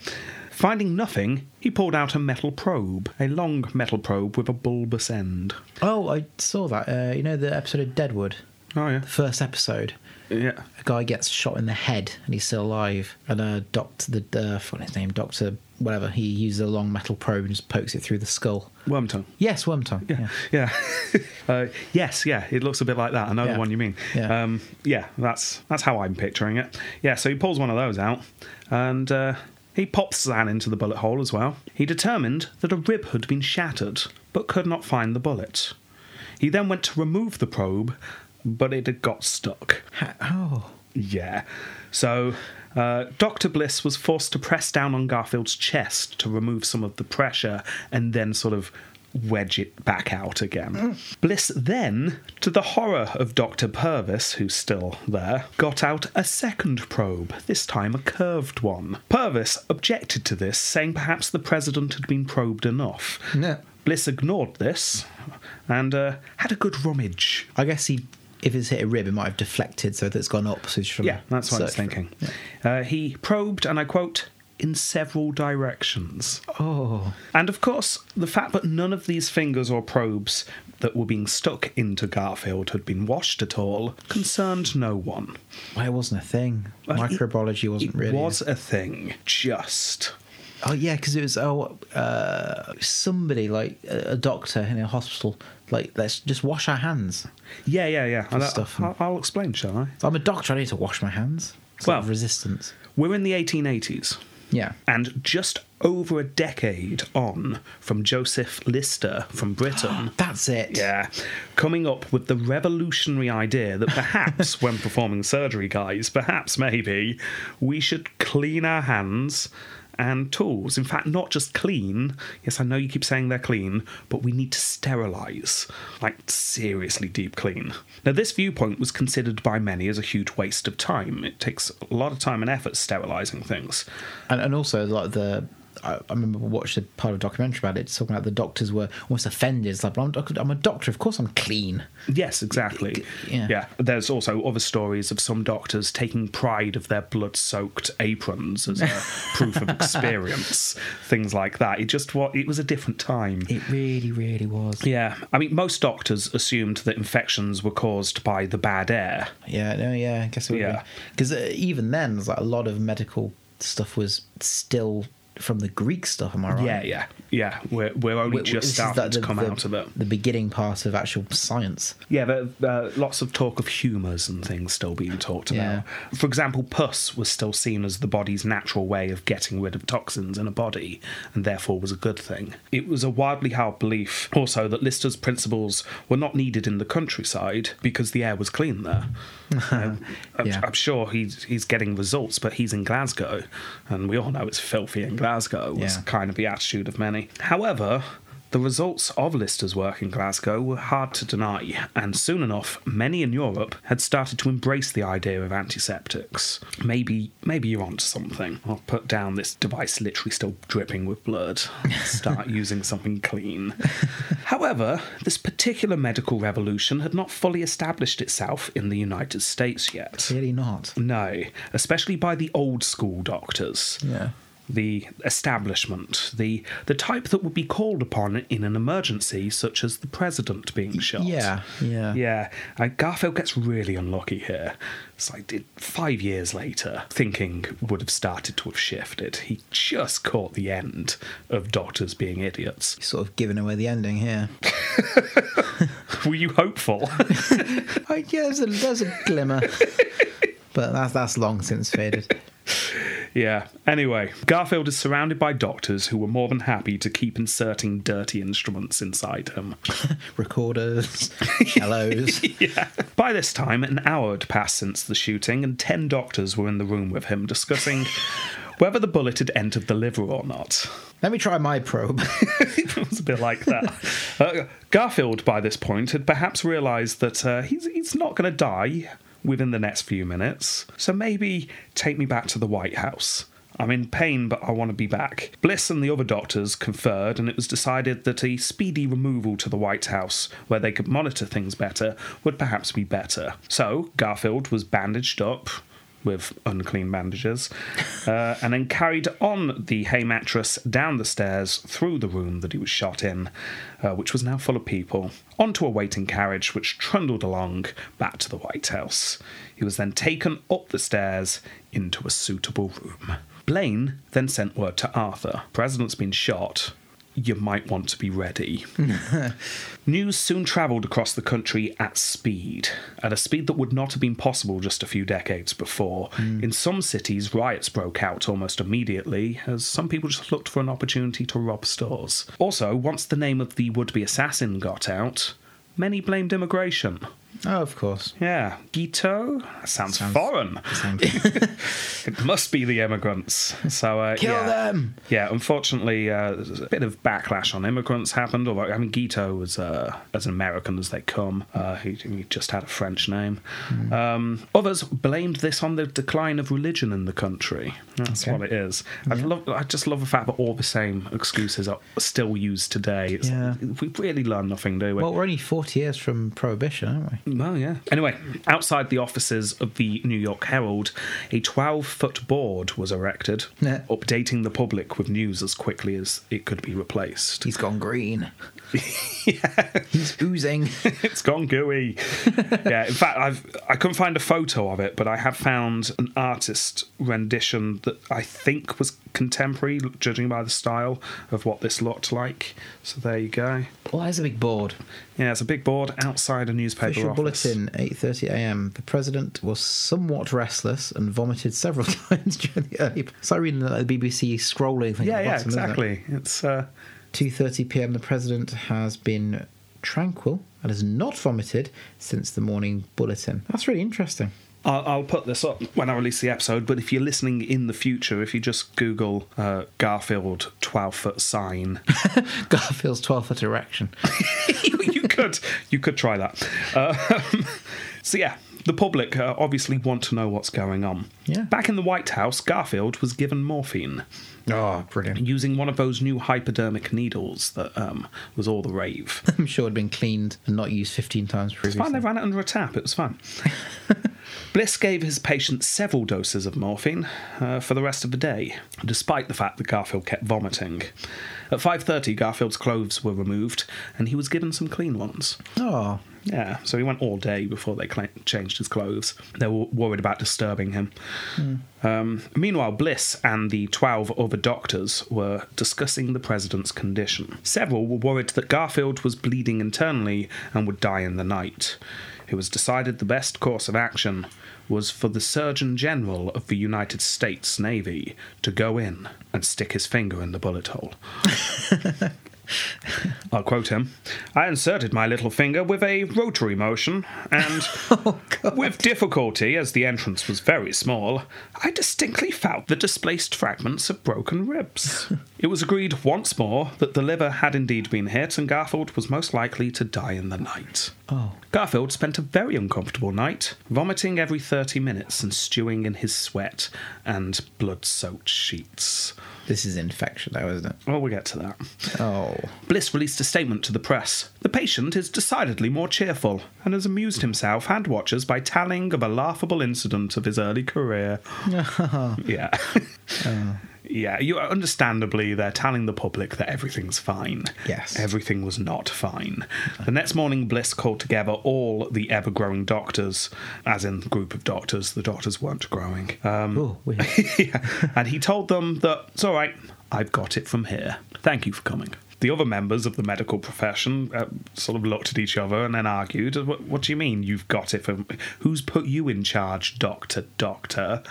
Finding nothing, he pulled out a metal probe, a long metal probe with a bulbous end. oh, I saw that. Uh, you know the episode of Deadwood, Oh, yeah. the first episode. Yeah. A guy gets shot in the head and he's still alive. And uh, doctor, the uh, what's his name, doctor, whatever, he uses a long metal probe and just pokes it through the skull. Worm tongue. Yes, worm tongue. Yeah. Yeah. Yeah. (laughs) uh, yes, yeah. It looks a bit like that. I know Yeah. the one you mean. Yeah. Um, yeah, that's that's how I'm picturing it. Yeah, so he pulls one of those out and uh, he pops that into the bullet hole as well. He determined that a rib had been shattered but could not find the bullet. He then went to remove the probe, but it had got stuck. Ha- oh, Yeah. So uh, Dr. Bliss was forced to press down on Garfield's chest to remove some of the pressure and then sort of wedge it back out again. Bliss then, to the horror of Dr. Purvis, who's still there, got out a second probe, this time a curved one. Purvis objected to this, saying perhaps the president had been probed enough. No. Bliss ignored this and uh, had a good rummage. I guess he, if it's hit a rib, it might have deflected so that it's gone up. So it's from Yeah, Mm-hmm. that's what I was search for- thinking. Uh, he probed, and I quote, in several directions. Oh, And of course, the fact that none of these fingers or probes that were being stuck into Garfield had been washed at all concerned no one. it wasn't a thing. Well, it- Microbiology wasn't It really. was a thing, just. Oh yeah, because it was oh uh, somebody like a a doctor in a hospital. Like let's just wash our hands. Yeah, yeah, yeah. And I- stuff. I'll, I'll explain, shall I? I'm a doctor. I need to wash my hands. It's Well- like resistance. We're in the 1880s. Yeah. And just over a decade on from Joseph Lister from Britain. That's it. Yeah, coming up with the revolutionary idea that perhaps when performing surgery, guys, perhaps maybe we should clean our hands and tools. In fact, not just clean. Yes, I know you keep saying they're clean, but we need to sterilize. Like, seriously deep clean. Now, this viewpoint was considered by many as a huge waste of time. It takes a lot of time and effort sterilizing things. And, and also like the I, I remember watched a part of a documentary about it talking about the doctors were almost offended. It's like well, I'm, doc- I'm a doctor. Of course I'm clean. Yes, exactly. Yeah. There's also other stories of some doctors taking pride of their blood soaked aprons (laughs) as a proof of experience, things like that. It just what it was a different time. It really, really was. Yeah. I mean, most doctors assumed that infections were caused by the bad air. Yeah. No. Yeah. I guess it would Yeah. Because uh, even then, it's like a lot of medical stuff was still from the Greek stuff. Am I right? Yeah, yeah. Yeah. We're, we're only Wh- wh- just this is starting like to the- come the- out of it. The beginning part of actual science. Yeah, there uh, lots of talk of humours and things still being talked Yeah. about. For example, pus was still seen as the body's natural way of getting rid of toxins in a body, and therefore was a good thing. It was a widely held belief also that Lister's principles were not needed in the countryside because the air was (laughs) clean there. Um, I'm, Yeah. I'm sure he's he's getting results, but he's in Glasgow, and we all know it's filthy in Glasgow. Was Yeah. kind of the attitude of many. However, the results of Lister's work in Glasgow were hard to deny, and soon enough, many in Europe had started to embrace the idea of antiseptics. Maybe, maybe you're onto something. I'll put down this device, literally still dripping with blood. Start using something clean. However, this particular medical revolution had not fully established itself in the United States yet. Clearly not. No, especially by the old school doctors. Yeah. The establishment, the the type that would be called upon in an emergency, such as the president being shot. Yeah. Yeah. Yeah, and Garfield gets really unlucky here. It's like it, five years later, thinking would have started to have shifted. He just caught the end of doctors being idiots. (laughs) Sort of giving away the ending here. Were you hopeful? (laughs) I guess there's a, there's a glimmer, but that's that's long since (laughs) faded. Yeah. Anyway, Garfield is surrounded by doctors who were more than happy to keep inserting dirty instruments inside him. Recorders, (laughs) cellos. yeah. By this time, an hour had passed since the shooting, and 10 doctors were in the room with him discussing whether the bullet had entered the liver or not. Let me try my probe. (laughs) (laughs) it was a bit like that. Uh, Garfield, by this point, had perhaps realised that uh, he's, he's not going to die within the next few minutes. So maybe take me back to the White House. I'm in pain, but I want to be back. Bliss and the other doctors conferred, and it was decided that a speedy removal to the White House, where they could monitor things better, would perhaps be better. So Garfield was bandaged up, with unclean bandages, uh, and then carried on the hay mattress down the stairs through the room that he was shot in, uh, which was now full of people, onto a waiting carriage which trundled along back to the White House. He was then taken up the stairs into a suitable room. Blaine then sent word to Arthur President's been shot. You might want to be ready. News soon travelled across the country at speed, at a speed that would not have been possible just a few decades before. In some cities, riots broke out almost immediately, as some people just looked for an opportunity to rob stores. Also, once the name of the would be assassin got out, many blamed immigration. oh, of course. Yeah, Guito? That sounds, Sounds- foreign. (laughs) It must be the immigrants. So uh, Kill yeah. them! Yeah, unfortunately, uh, a bit of backlash on immigrants happened. Although I mean, Guito was uh, as American as they come. Uh, he, he just had a French name. Hmm. Um, others blamed this on the decline of religion in the country. That's Okay. what it is. I love. I just love the fact that all the same excuses are still used today. It's Yeah. like, we really learn nothing, do we? Well, we're only forty years from prohibition, aren't we? Well, yeah. Anyway, outside the offices of the New York Herald, a 12 foot board was erected, Yeah. updating the public with news as quickly as it could (laughs) be replaced. He's gone (laughs) green. He's oozing. it's gone gooey. yeah, in fact, I've I couldn't find a photo of it, but I have found an artist rendition that I think was contemporary, judging by the style of what this looked like. So there you go. Why is a big board? Yeah, it's a big board outside a newspaper Official office. bulletin, 8:30 a.m. The president was somewhat restless and vomited several (laughs) times during the early. So I reading the BBC scrolling thing. Yeah, at the yeah, bottom, isn't it? exactly. It's uh, 2:30 p.m. The president has been tranquil and has not vomited since the morning bulletin. That's really interesting. (laughs) I'll, I'll put this up when I release the episode, but if you're listening in the future, if you just Google uh, Garfield 12 foot sign, (laughs) Garfield's 12-foot erection. you, you could you could try that. Um, (laughs) so yeah, the public uh, obviously want to know what's going on. Yeah. Back in the White House, Garfield was given morphine Oh, brilliant! using one of those new hypodermic needles that um, was all the rave. I'm sure it'd been cleaned and not used 15 times previously. Fine, they ran it under a tap. It was fun. Bliss gave his patients several doses of morphine uh, for the rest of the day, despite the fact that Garfield kept vomiting. At 5:30, Garfield's clothes were removed, and he was given some clean ones. Oh, Yeah, so he went all day before they cl- changed his clothes. They were worried about disturbing him. Um, meanwhile, Bliss and the 12 other doctors were discussing the president's condition. Several were worried that Garfield was bleeding internally and would die in the night. It was decided the best course of action was for the Surgeon General of the United States Navy to go in and stick his finger in the bullet hole. I'll quote him. I inserted my little finger with a rotary motion, and with difficulty, as the entrance was very small, I distinctly felt the displaced fragments of broken ribs. it was agreed once more that the liver had indeed been hit, and Garfield was most likely to die in the night. Oh. Garfield spent a very uncomfortable night, vomiting every 30 minutes and stewing in his sweat and blood soaked sheets. this is infection, though, isn't it? Well, we'll get to that. Oh, Bliss released a statement to the press. The patient is decidedly more cheerful and has amused himself and watchers by telling of a laughable incident of his early career. (laughs) yeah. Yeah, you understandably they're telling the public that everything's fine. Yes. Everything was not fine. The next morning Bliss called together all the ever-growing doctors, as in group of doctors, the doctors weren't growing. (laughs) Um oh, weird. yeah. And he told them that it's all right, I've got it from here. Thank you for coming. The other members of the medical profession uh, sort of looked at each other and then argued, "What, what do you mean you've got it from? Who's put you in charge, doctor? Doctor?"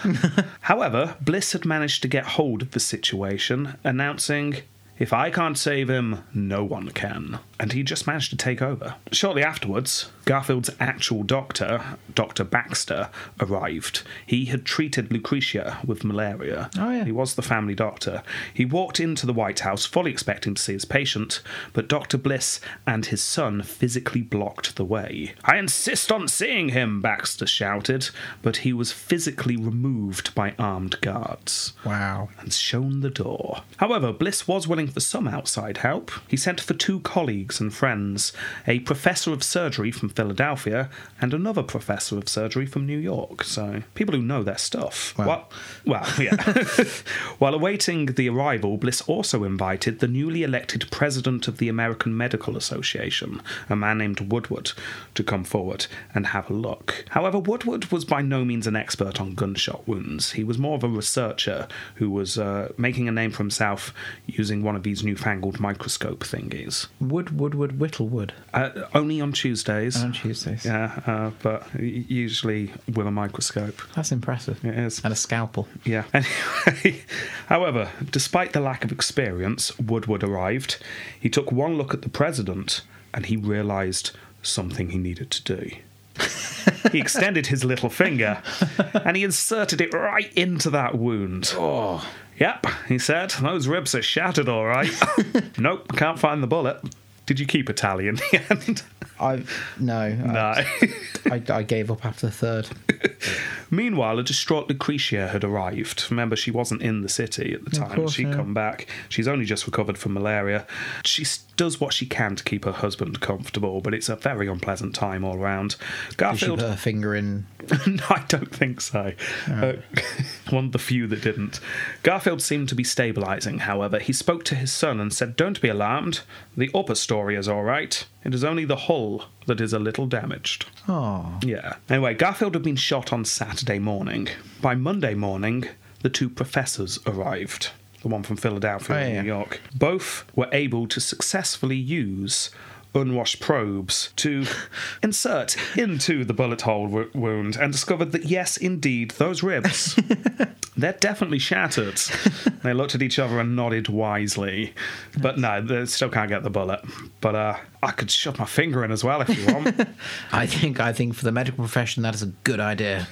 However, Bliss had managed to get hold of the situation, announcing, if I can't save him, no one can. And he just managed to take over. Shortly afterwards, Garfield's actual doctor, Dr. Baxter, arrived. He had treated Lucretia with malaria. Oh, yeah. He was the family doctor. He walked into the White House fully expecting to see his patient, but Dr. Bliss and his son physically blocked the way. I insist on seeing him, Baxter shouted, but he was physically removed by armed guards (laughs) Wow. and shown the door. However, Bliss was willing for some outside help. He sent for two colleagues and friends a professor of surgery from Philadelphia and another professor of surgery from New York. So, people who know their stuff. Wow. Well, well yeah. (laughs) While awaiting the arrival, Bliss also invited the newly elected president of the American Medical Association, a man named Woodward, to come forward and have a look. However, Woodward was by no means an expert on gunshot wounds. He was more of a researcher who was uh, making a name for himself using one of these newfangled microscope thingies. Wood, wood, wood, whittle, wood. Uh, only on Tuesdays. On Tuesdays. yeah, uh, but u- usually with a microscope. That's impressive. It is. And a scalpel. Yeah. (laughs) Anyway, however, despite the lack of experience, Woodward arrived. He took one look at the president and he realized something he needed to do. he extended his little finger and he inserted it right into that wound. Oh. (laughs) Yep, he said, those ribs are shattered all right. nope, can't find the bullet. Did you keep a tally (laughs) in the end? I no, no. (laughs) I, I, I gave up after the third. Meanwhile, a distraught Lucretia had arrived. Remember, she wasn't in the city at the time. course, She'd yeah. come back. She's only just recovered from malaria. She s- does what she can to keep her husband comfortable, but it's a very unpleasant time all round. Did she Garfield. put her finger in? (laughs) no, I don't think so. Uh, (laughs) one of the few that didn't. Garfield seemed to be stabilising, however. He spoke to his son and said, Don't be alarmed. The upper story is all right. It is only the hull that is a little damaged. Oh, Yeah. Anyway, Garfield had been shot on Saturday morning. By Monday morning, the two professors arrived. The one from Philadelphia Oh, and yeah. New York. Both were able to successfully use unwashed probes (laughs) to insert into the bullet hole w- wound and discovered that, yes, indeed, those (laughs) ribs, they're definitely shattered. they looked at each other and nodded wisely. But no, they still can't get the bullet. But uh, I could shove my finger in as well if you want. I think I think for the medical profession that is a good (laughs) idea.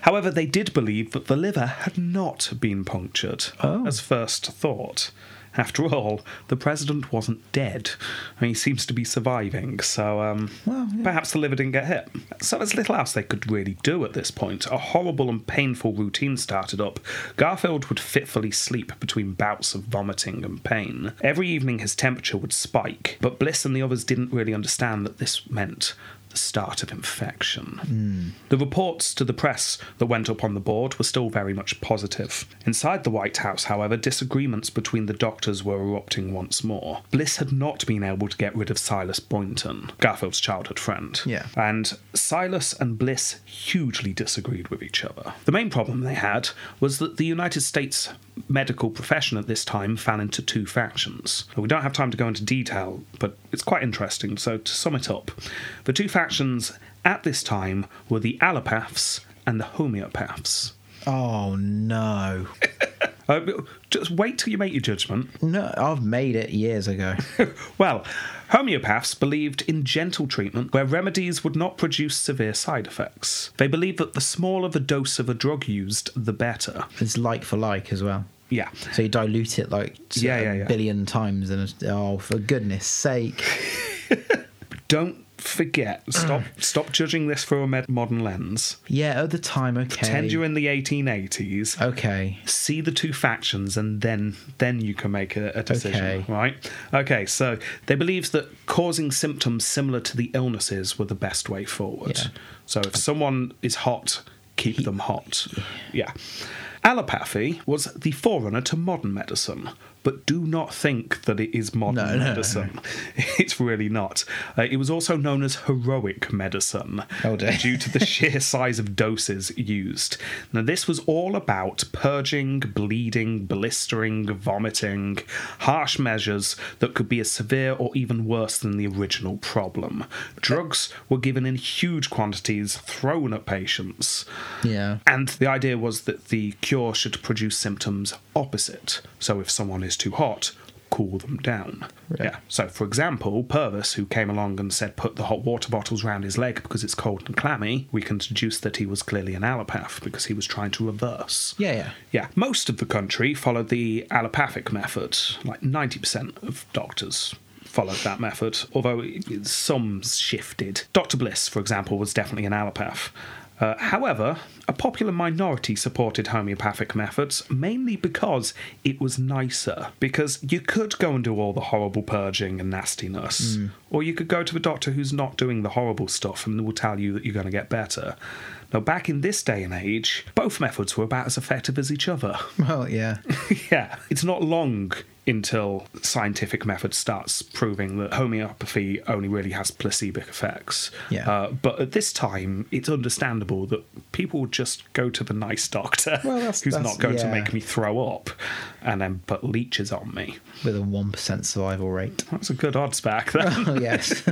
However, they did believe that the liver had not been punctured, Oh. as first thought. After all, the president wasn't dead, and he seems to be surviving, so um, Well, yeah. perhaps the liver didn't get hit. So there's little else they could really do at this point. A horrible and painful routine started up. Garfield would fitfully sleep between bouts of vomiting and pain. Every evening his temperature would spike, but Bliss and the others didn't really understand that this meant the start of infection. The reports to the press that went up on the board were still very much positive. Inside the White House, however, disagreements between the doctors were erupting once more. Bliss had not been able to get rid of Silas Boynton, Garfield's childhood friend. Yeah. And Silas and Bliss hugely disagreed with each other. The main problem they had was that the United States medical profession at this time fell into two factions. We don't have time to go into detail, but it's quite interesting, so to sum it up, the two factions at this time were the allopaths and the homeopaths. oh no, Uh, just wait till you make your judgment. no! I've made it years ago. (laughs) Well, homeopaths believed in gentle treatment where remedies would not produce severe side effects. They believed that the smaller the dose of a drug used, the better. It's like for like as well. Yeah. So you dilute it like Yeah, a yeah, yeah. billion times, and it's- oh, for goodness' sake! Don't forget, stop stop judging this through a med- modern lens. Yeah, at the time, okay, Pretend you're in the 1880s. okay, See the two factions, and then then you can make a, a decision, Okay. right? Okay. So they believed that causing symptoms similar to the illnesses were the best way forward. Yeah. So if someone is hot, keep them hot. Yeah. Allopathy was the forerunner to modern medicine, but do not think that it is modern No, no, no. medicine. (laughs) It's really not. Uh, it was also known as heroic medicine Oh, dear. (laughs) due to the (laughs) sheer size of doses used. Now, this was all about purging, bleeding, blistering, vomiting, harsh measures that could be as severe or even worse than the original problem. Drugs were given in huge quantities, thrown at patients. yeah. And the idea was that the cure should produce symptoms opposite. So if someone is too hot, cool them down. Yeah. So for example, Purvis, who came along and said put the hot water bottles round his leg because it's cold and clammy, we can deduce that he was clearly an allopath because he was trying to reverse. Yeah, (laughs) yeah. Yeah, most of the country followed the allopathic method. Like 90% of doctors followed that method, although it- it- some shifted. Dr. Bliss, for example, was definitely an allopath. Uh, however, a popular minority supported homeopathic methods mainly because it was nicer. Because you could go and do all the horrible purging and nastiness, or you could go to the doctor who's not doing the horrible stuff and will tell you that you're going to get better. Now, back in this day and age, both methods were about as effective as each other. (laughs) Well, yeah. yeah, it's not long until scientific method starts proving that homeopathy only really has placebo effects. Yeah. Uh, but at this time, it's understandable that people would just go to the nice doctor (laughs) Well, that's- who's that's- not going to yeah. make me throw up and then put leeches on me. With a one percent survival rate. That's a good odds back then. (laughs) Oh yes.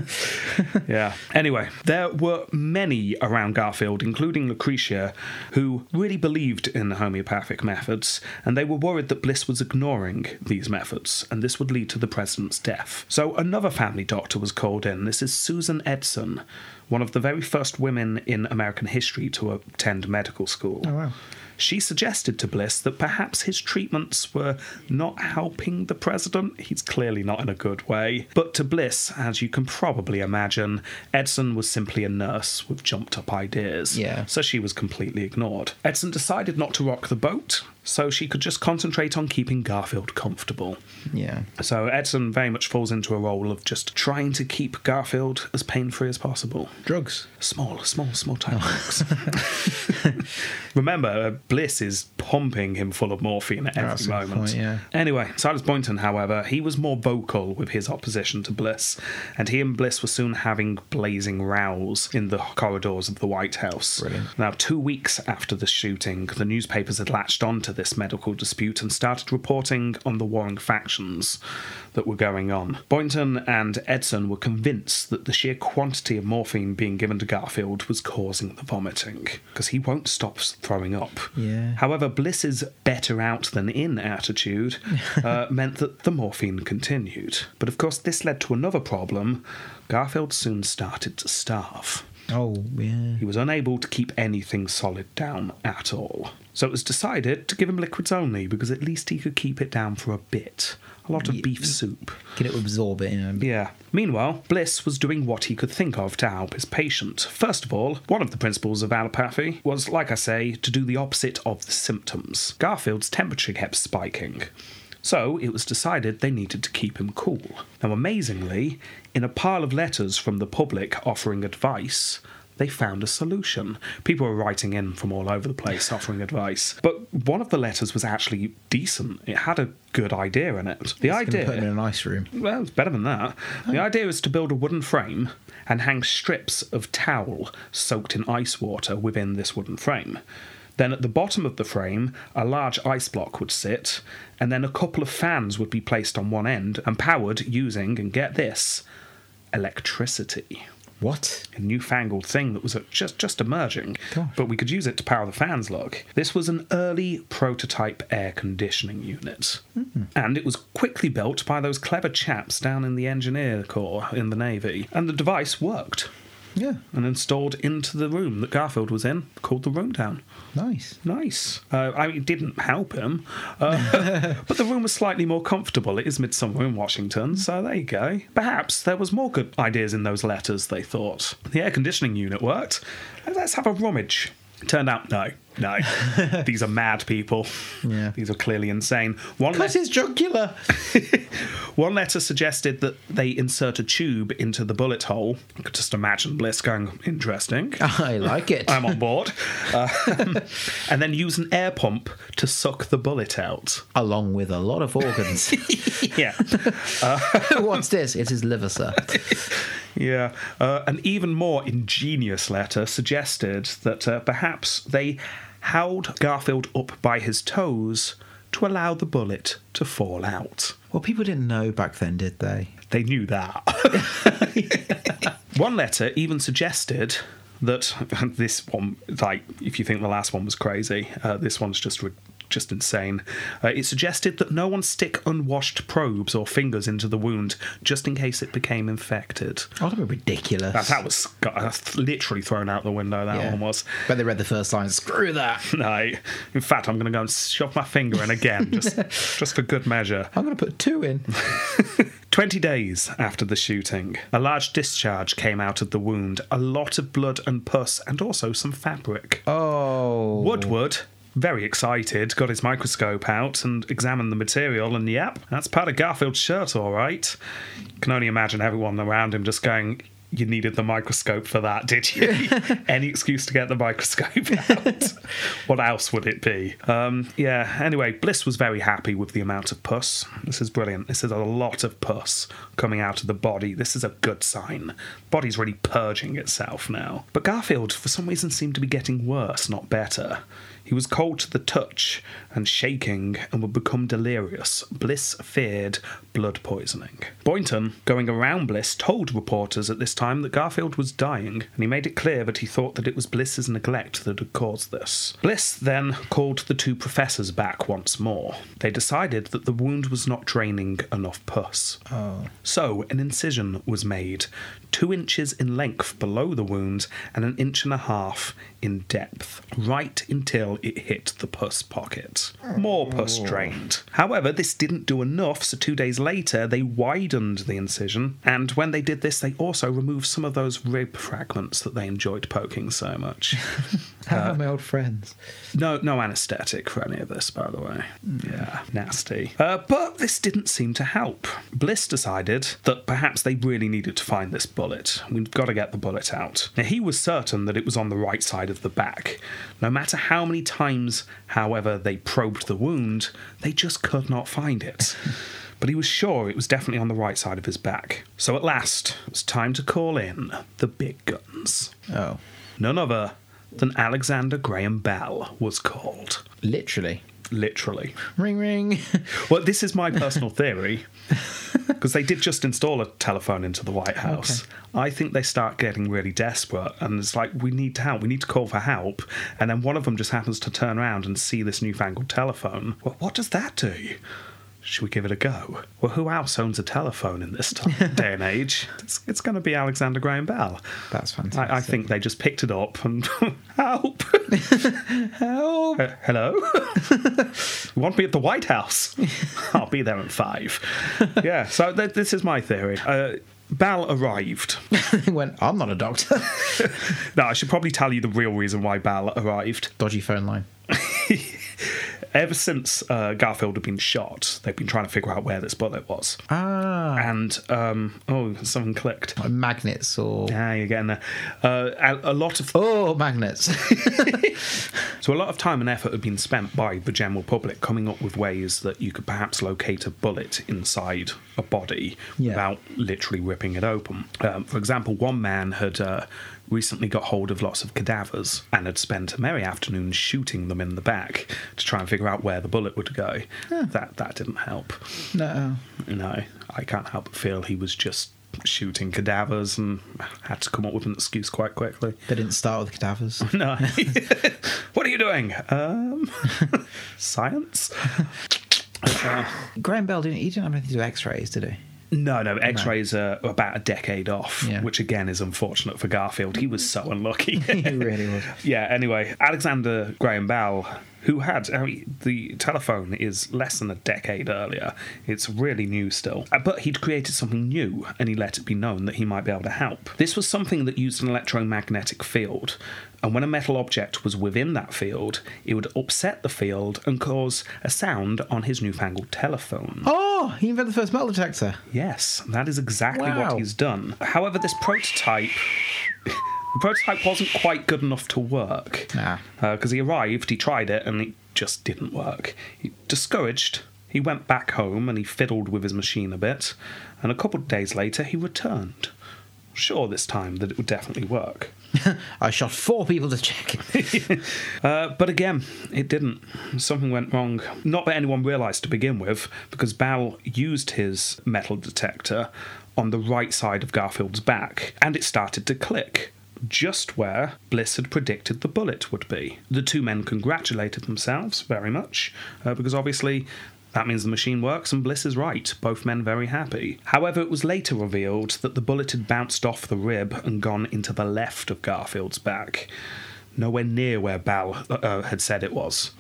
(laughs) yeah. Anyway, there were many around Garfield, including Lucretia, who really believed in the homeopathic methods, and they were worried that Bliss was ignoring these efforts, and this would lead to the president's death. So another family doctor was called in. This is Susan Edson, one of the very first women in American history to attend medical school. Oh, wow. She suggested to Bliss that perhaps his treatments were not helping the president. He's clearly not in a good way. But to Bliss, as you can probably imagine, Edson was simply a nurse with jumped up ideas. Yeah. So she was completely ignored. Edson decided not to rock the boat, so she could just concentrate on keeping Garfield comfortable. Yeah. So Edson very much falls into a role of just trying to keep Garfield as pain free as possible. Drugs. Oh. Small, small, small time box. (laughs) Remember, uh, Bliss is pumping him full of morphine at every That's a good moment. point, yeah. Anyway, Silas Boynton, however, he was more vocal with his opposition to Bliss, and he and Bliss were soon having blazing rows in the corridors of the White House. Brilliant. Now, two weeks after the shooting, the newspapers had latched on to this medical dispute and started reporting on the warring factions that were going on. Boynton and Edson were convinced that the sheer quantity of morphine being given to Garfield was causing the vomiting, because he won't stop s- throwing up. Yeah. However, Bliss's better out than (laughs) in attitude uh, meant that the morphine continued. But of course, this led to another problem. Garfield soon started to starve. Oh, yeah. He was unable to keep anything solid down at all. So it was decided to give him liquids only because at least he could keep it down for a bit. A lot of Ye- beef soup. Get it absorb it, you know. Yeah. Meanwhile, Bliss was doing what he could think of to help his patient. First of all, one of the principles of allopathy was, like I say, to do the opposite of the symptoms. Garfield's temperature kept spiking. So it was decided they needed to keep him cool. Now, amazingly, in a pile of letters from the public offering advice, they found a solution. People were writing in from all over the place offering advice. But one of the letters was actually decent. It had a good idea in it. The It's gonna idea Put him in an ice room. well, it's better than that. The idea is to build a wooden frame and hang strips of towel soaked in ice water within this wooden frame. Then at the bottom of the frame, a large ice block would sit, and then a couple of fans would be placed on one end and powered using, and get this, electricity. What? A newfangled thing that was just just emerging, Gosh. but we could use it to power the fans. Look, this was an early prototype air conditioning unit, and it was quickly built by those clever chaps down in the engineer corps in the navy, and the device worked Yeah. and installed into the room that Garfield was in, called the room down. Nice. Nice. Uh, I mean, it didn't help him, uh, (laughs) but the room was slightly more comfortable. It is midsummer in Washington, so there you go. Perhaps there was more good ideas in those letters. They thought the air conditioning unit worked. Let's have a rummage. Turned out no, no. These are mad people. Yeah. These are clearly insane. One Cut let- his jugular. (laughs) (laughs) one letter suggested that they insert a tube into the bullet hole. I could just imagine Bliss going, interesting. I like it. I'm on board. Um, (laughs) and then use an air pump to suck the bullet out. Along with a lot of (laughs) organs. (laughs) Yeah. What's this? It is liver, (laughs) sir. yeah. Uh, an even more ingenious letter suggested that uh, perhaps they held Garfield up by his toes to allow the bullet to fall out. Well, people didn't know back then, did they? They knew that. one letter even suggested that (laughs) this one, like, if you think the last one was crazy, uh, this one's just re- just insane. Uh, it suggested that no one stick unwashed probes or fingers into the wound, just in case it became infected. Oh, that'd be ridiculous. That, that was sc- that's literally thrown out the window. That one was. (laughs) But they read the first line. Screw that. No, in fact, I'm going to go and shove my finger in again, just just for good measure. I'm going to put two (laughs) in. 20 days after the shooting, a large discharge came out of the wound, a lot of blood and pus, and also some fabric. Oh. Woodward, very excited, got his microscope out and examined the material, and yep, that's part of Garfield's shirt, all right. Can only imagine everyone around him just going, You needed the microscope for that, did you? Any excuse to get the microscope (laughs) out. what else would it be? Um, yeah, anyway, Bliss was very happy with the amount of pus. This is brilliant. This is a lot of pus coming out of the body. This is a good sign. Body's really purging itself now. But Garfield, for some reason, seemed to be getting worse, not better. He was cold to the touch and shaking and would become delirious. Bliss feared blood poisoning. Boynton, going around Bliss, told reporters at this time that Garfield was dying, and he made it clear that he thought that it was Bliss's neglect that had caused this. Bliss then called the two professors back once more. They decided that the wound was not draining enough pus. So, an incision was made, two inches in length below the wound and an inch and a half in depth, right until it hit the pus pocket. More pus drained. However, this didn't do enough, so two days later they widened the incision, and when they did this, they also removed some of those rib fragments that they enjoyed poking so much. How about my old friends? No, no anaesthetic for any of this, by the way. Yeah, nasty. Uh, but this didn't seem to help. Bliss decided that perhaps they really needed to find this bullet. We've got to get the bullet out. Now, he was certain that it was on the right side of the back. No matter how many times, however, they probed the wound, they just could not find it. But he was sure it was definitely on the right side of his back. So at last, it was time to call in the big guns. Oh, None other than Alexander Graham Bell was called, literally. literally. Ring ring. Well, this is my personal theory because they did just install a telephone into the White House. I think they start getting really desperate and it's like, we need help, we need to call for help. And then one of them just happens to turn around and see this newfangled telephone. Well, what does that do? Should we give it a go? Well, who else owns a telephone in this time, day and age? It's, it's going to be Alexander Graham Bell. (laughs) That's fantastic. I, I think they just picked it up and (laughs) help, help. hello, (laughs) you want me at the White House? I'll be there at five. Yeah, so th- this is my theory. Uh, Bal arrived. He (laughs) went. I'm not a doctor. (laughs) now, I should probably tell you the real reason why Bal arrived. Dodgy phone line. Ever since uh, Garfield had been shot, they've been trying to figure out where this bullet was. Ah, And um, oh, something clicked. like magnets or Ah, you're getting there. Uh, a, a lot of oh magnets. (laughs) So, a lot of time and effort had been spent by the general public coming up with ways that you could perhaps locate a bullet inside a body Yeah. without literally ripping it open. Um, for example, one man had uh, recently got hold of lots of cadavers and had spent a merry afternoon shooting them in the back to try and figure out where the bullet would go. That, that didn't help. no. No, I can't help but feel he was just shooting cadavers and had to come up with an excuse quite quickly. They didn't start with cadavers. (laughs) No. what are you doing? Um, (laughs) science? Uh, (laughs) Graham Bell didn't. He didn't have anything to do with X-rays, did he? no, no. X-rays are about a decade off, Yeah. which again is unfortunate for Garfield. He was (laughs) so unlucky. He really was. yeah. Anyway, Alexander Graham Bell, who had I mean, the telephone is less than a decade earlier. It's really new still, Uh, but he'd created something new, and he let it be known that he might be able to help. This was something that used an electromagnetic field, and when a metal object was within that field, it would upset the field and cause a sound on his newfangled telephone. Oh, he invented the first metal detector. (laughs) Yes, that is exactly Wow. what he's done. However, this prototype. The prototype wasn't quite good enough to work. Nah. Because he arrived, he tried it, and it just didn't work. He, discouraged, he went back home and he fiddled with his machine a bit. And a couple of days later, he returned. Sure, this time that it would definitely work. I shot four people to check. (laughs) (laughs) Uh, but again, it didn't. Something went wrong. Not that anyone realised to begin with, because Bal used his metal detector on the right side of Garfield's back, and it started to click. Just where Bliss had predicted the bullet would be. The two men congratulated themselves very much, uh, because obviously that means the machine works and Bliss is right, both men very happy. However, it was later revealed that the bullet had bounced off the rib and gone into the left of Garfield's back nowhere near where Bal uh, had said it was.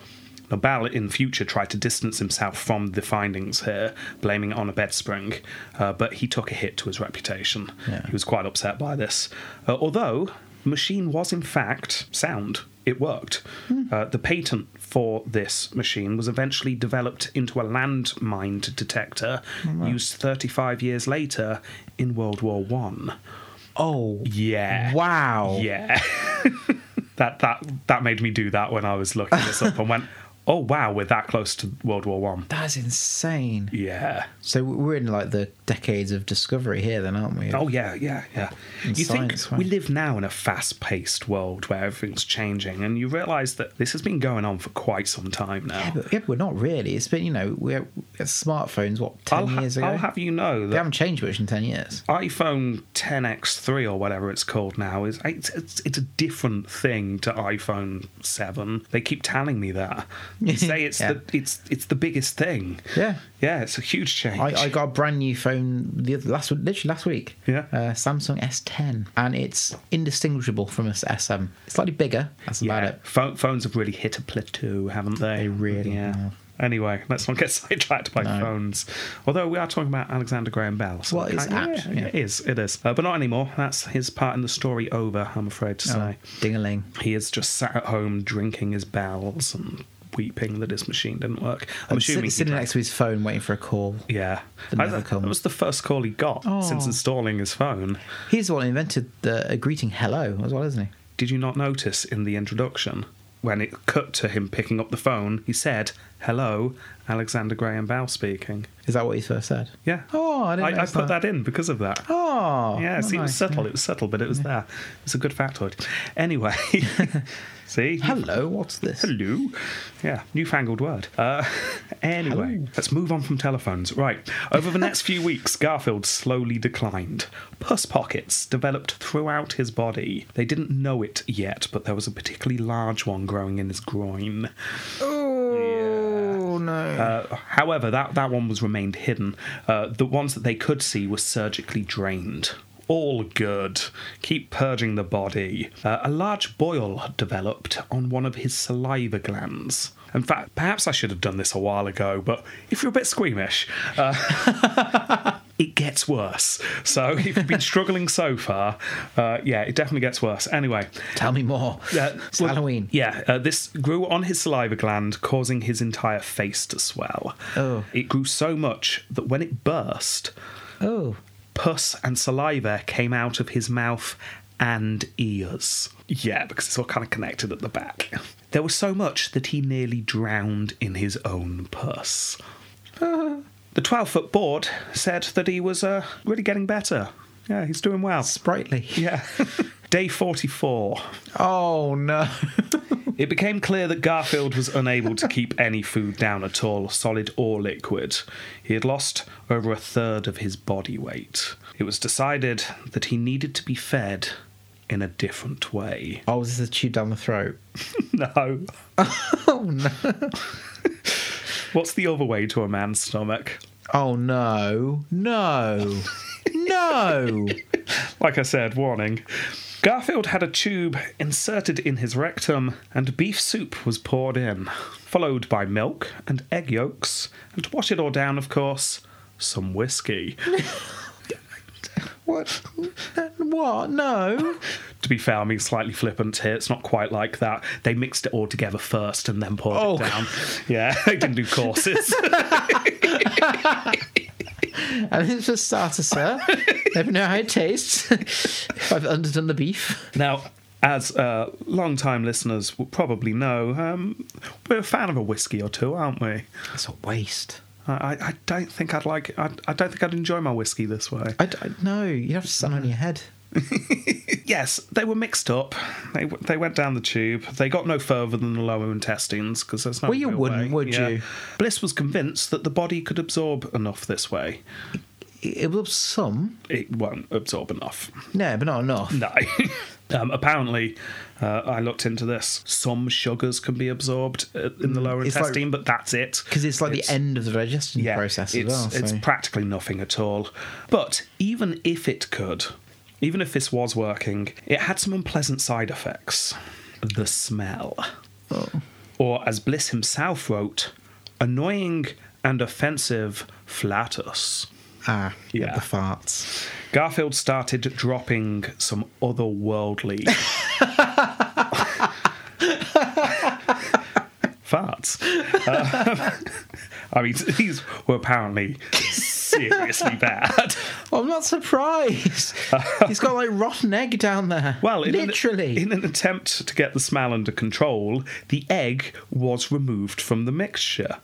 Now, Bal in future tried to distance himself from the findings here, blaming it on a bed spring, uh, but he took a hit to his reputation. Yeah. He was quite upset by this. Uh, although, the machine was in fact sound. It worked. Uh, the patent for this machine was eventually developed into a landmine detector used 35 years later in World War One. Oh, Yeah. wow. (laughs) Yeah. that that that made me do that when I was looking this up and went, (laughs) Oh wow, we're that close to World War One. That's insane. Yeah. So we're in like the decades of discovery here, then, aren't we? Oh yeah, yeah, yeah. And you science, think we right? live now in a fast-paced world where everything's changing, and you realise that this has been going on for quite some time now. Yeah, but, yeah, but we're not really. It's been, you know, we're it's smartphones. What 10 I'll, ha- years ago? I'll have you know they that haven't changed much in ten years. iPhone 10x3 or whatever it's called now is it's, it's it's a different thing to iPhone 7. They keep telling me that. (laughs) They say it's Yeah. the it's it's the biggest thing. Yeah. Yeah, it's a huge change. I, I got a brand new phone the other, last literally last week. Yeah. Uh, Samsung S10, and it's indistinguishable from a SM. It's slightly bigger. That's about yeah, it. pho- phones have really hit a plateau, haven't they? They really yeah. have. Anyway, let's not get (laughs) sidetracked by phones. Although we are talking about Alexander Graham Bell. So Well, it's kind- apt, Yeah, yeah. It is, it is. Uh, but not anymore. That's his part in the story over, I'm afraid Oh. to say. Ding a ling. He is just sat at home drinking his bells and weeping that his machine didn't work. I'm assuming. Sitting, he sitting drank- next to his phone, waiting for a call. yeah. that I- never that, comes. was the first call he got since Oh. installing his phone. He's the one who invented the a greeting hello as well, isn't he? Did you not notice in the introduction when it cut to him picking up the phone? He said, "Hello, Alexander Graham Bell speaking." Is that what he first said? Yeah. Oh, I didn't I, notice put that. that. in because of that. Oh, yeah, not see, it was nice. subtle. It was subtle, but it was there. It's a good factoid. (laughs) Anyway, see, Hello, what's this? Hello. Yeah, newfangled word. Uh, (laughs) anyway, let's move on from telephones. Right. Over the next few weeks, Garfield slowly declined. Pus pockets developed throughout his body. They didn't know it yet, but there was a particularly large one growing in his groin. Oh no! Uh, however, that, that one was remained hidden. Uh, the ones that they could see were surgically drained. All good. Keep purging the body. Uh, a large boil had developed on one of his saliva glands. In fact, perhaps I should have done this a while ago, but if you're a bit squeamish, uh, (laughs) it gets worse. So if you've been struggling so far, uh, yeah, it definitely gets worse. Anyway, Tell me more. yeah, it's well, Halloween. Yeah, uh, this grew on his saliva gland, causing his entire face to swell. Oh. It grew so much that when it burst, Oh, pus and saliva came out of his mouth and ears. Yeah, because it's all kind of connected at the back. There was so much that he nearly drowned in his own pus. the 12 foot board said that he was uh, really getting better. Yeah, he's doing well. sprightly. Yeah. (laughs) Day 44. Oh no! It became clear that Garfield was unable (laughs) to keep any food down at all, solid or liquid. He had lost over a third of his body weight. It was decided that he needed to be fed in a different way. (laughs) Oh, was this a tube down the throat? No. (laughs) Oh no! What's the other way to a man's stomach? Oh no! No! No! Like I said, warning. Garfield had a tube inserted in his rectum, and beef soup was poured in, followed by milk and egg yolks, and to wash it all down, of course, some whiskey. (laughs) What? What? No! To be fair, I'm being slightly flippant here. It's not quite like that. They mixed it all together first and then poured Oh. it down. Yeah, (laughs) they didn't do courses. And it's for starter, sir. (laughs) Never know how it tastes. (laughs) I've underdone the beef. now, as uh, long-time listeners will probably know, um, we're a fan of a whiskey or two, aren't we? That's a waste. I, Uh, I I don't think I'd like. I, I don't think I'd enjoy my whiskey this way. I, d- I- no, you have to stand on your head. (laughs) yes, they were mixed up. They w- they went down the tube. They got no further than the lower intestines because there's no. Well, you real wouldn't, way. would Yeah. you? Bliss was convinced that the body could absorb enough this way. It it was some. it won't absorb enough. (laughs) No, but not enough. No. (laughs) um, apparently, uh, I looked into this. Some sugars can be absorbed uh, in the lower it's like- intestine, but that's it. Because it's like It's- the end of the digestion process as it's, well. It's so- practically nothing at all. But even if it could, even if this was working, it had some unpleasant side effects. The smell. Or, as Bliss himself wrote, annoying and offensive flatus. ah, Yeah. yeah. the farts. Garfield started dropping some otherworldly (laughs) farts. Um, I mean, these were apparently seriously bad. Oh, I'm not (laughs) surprised. He's got like rotten egg down there. Well, in an- literally. in an attempt to get the smell under control, the egg was removed from the mixture.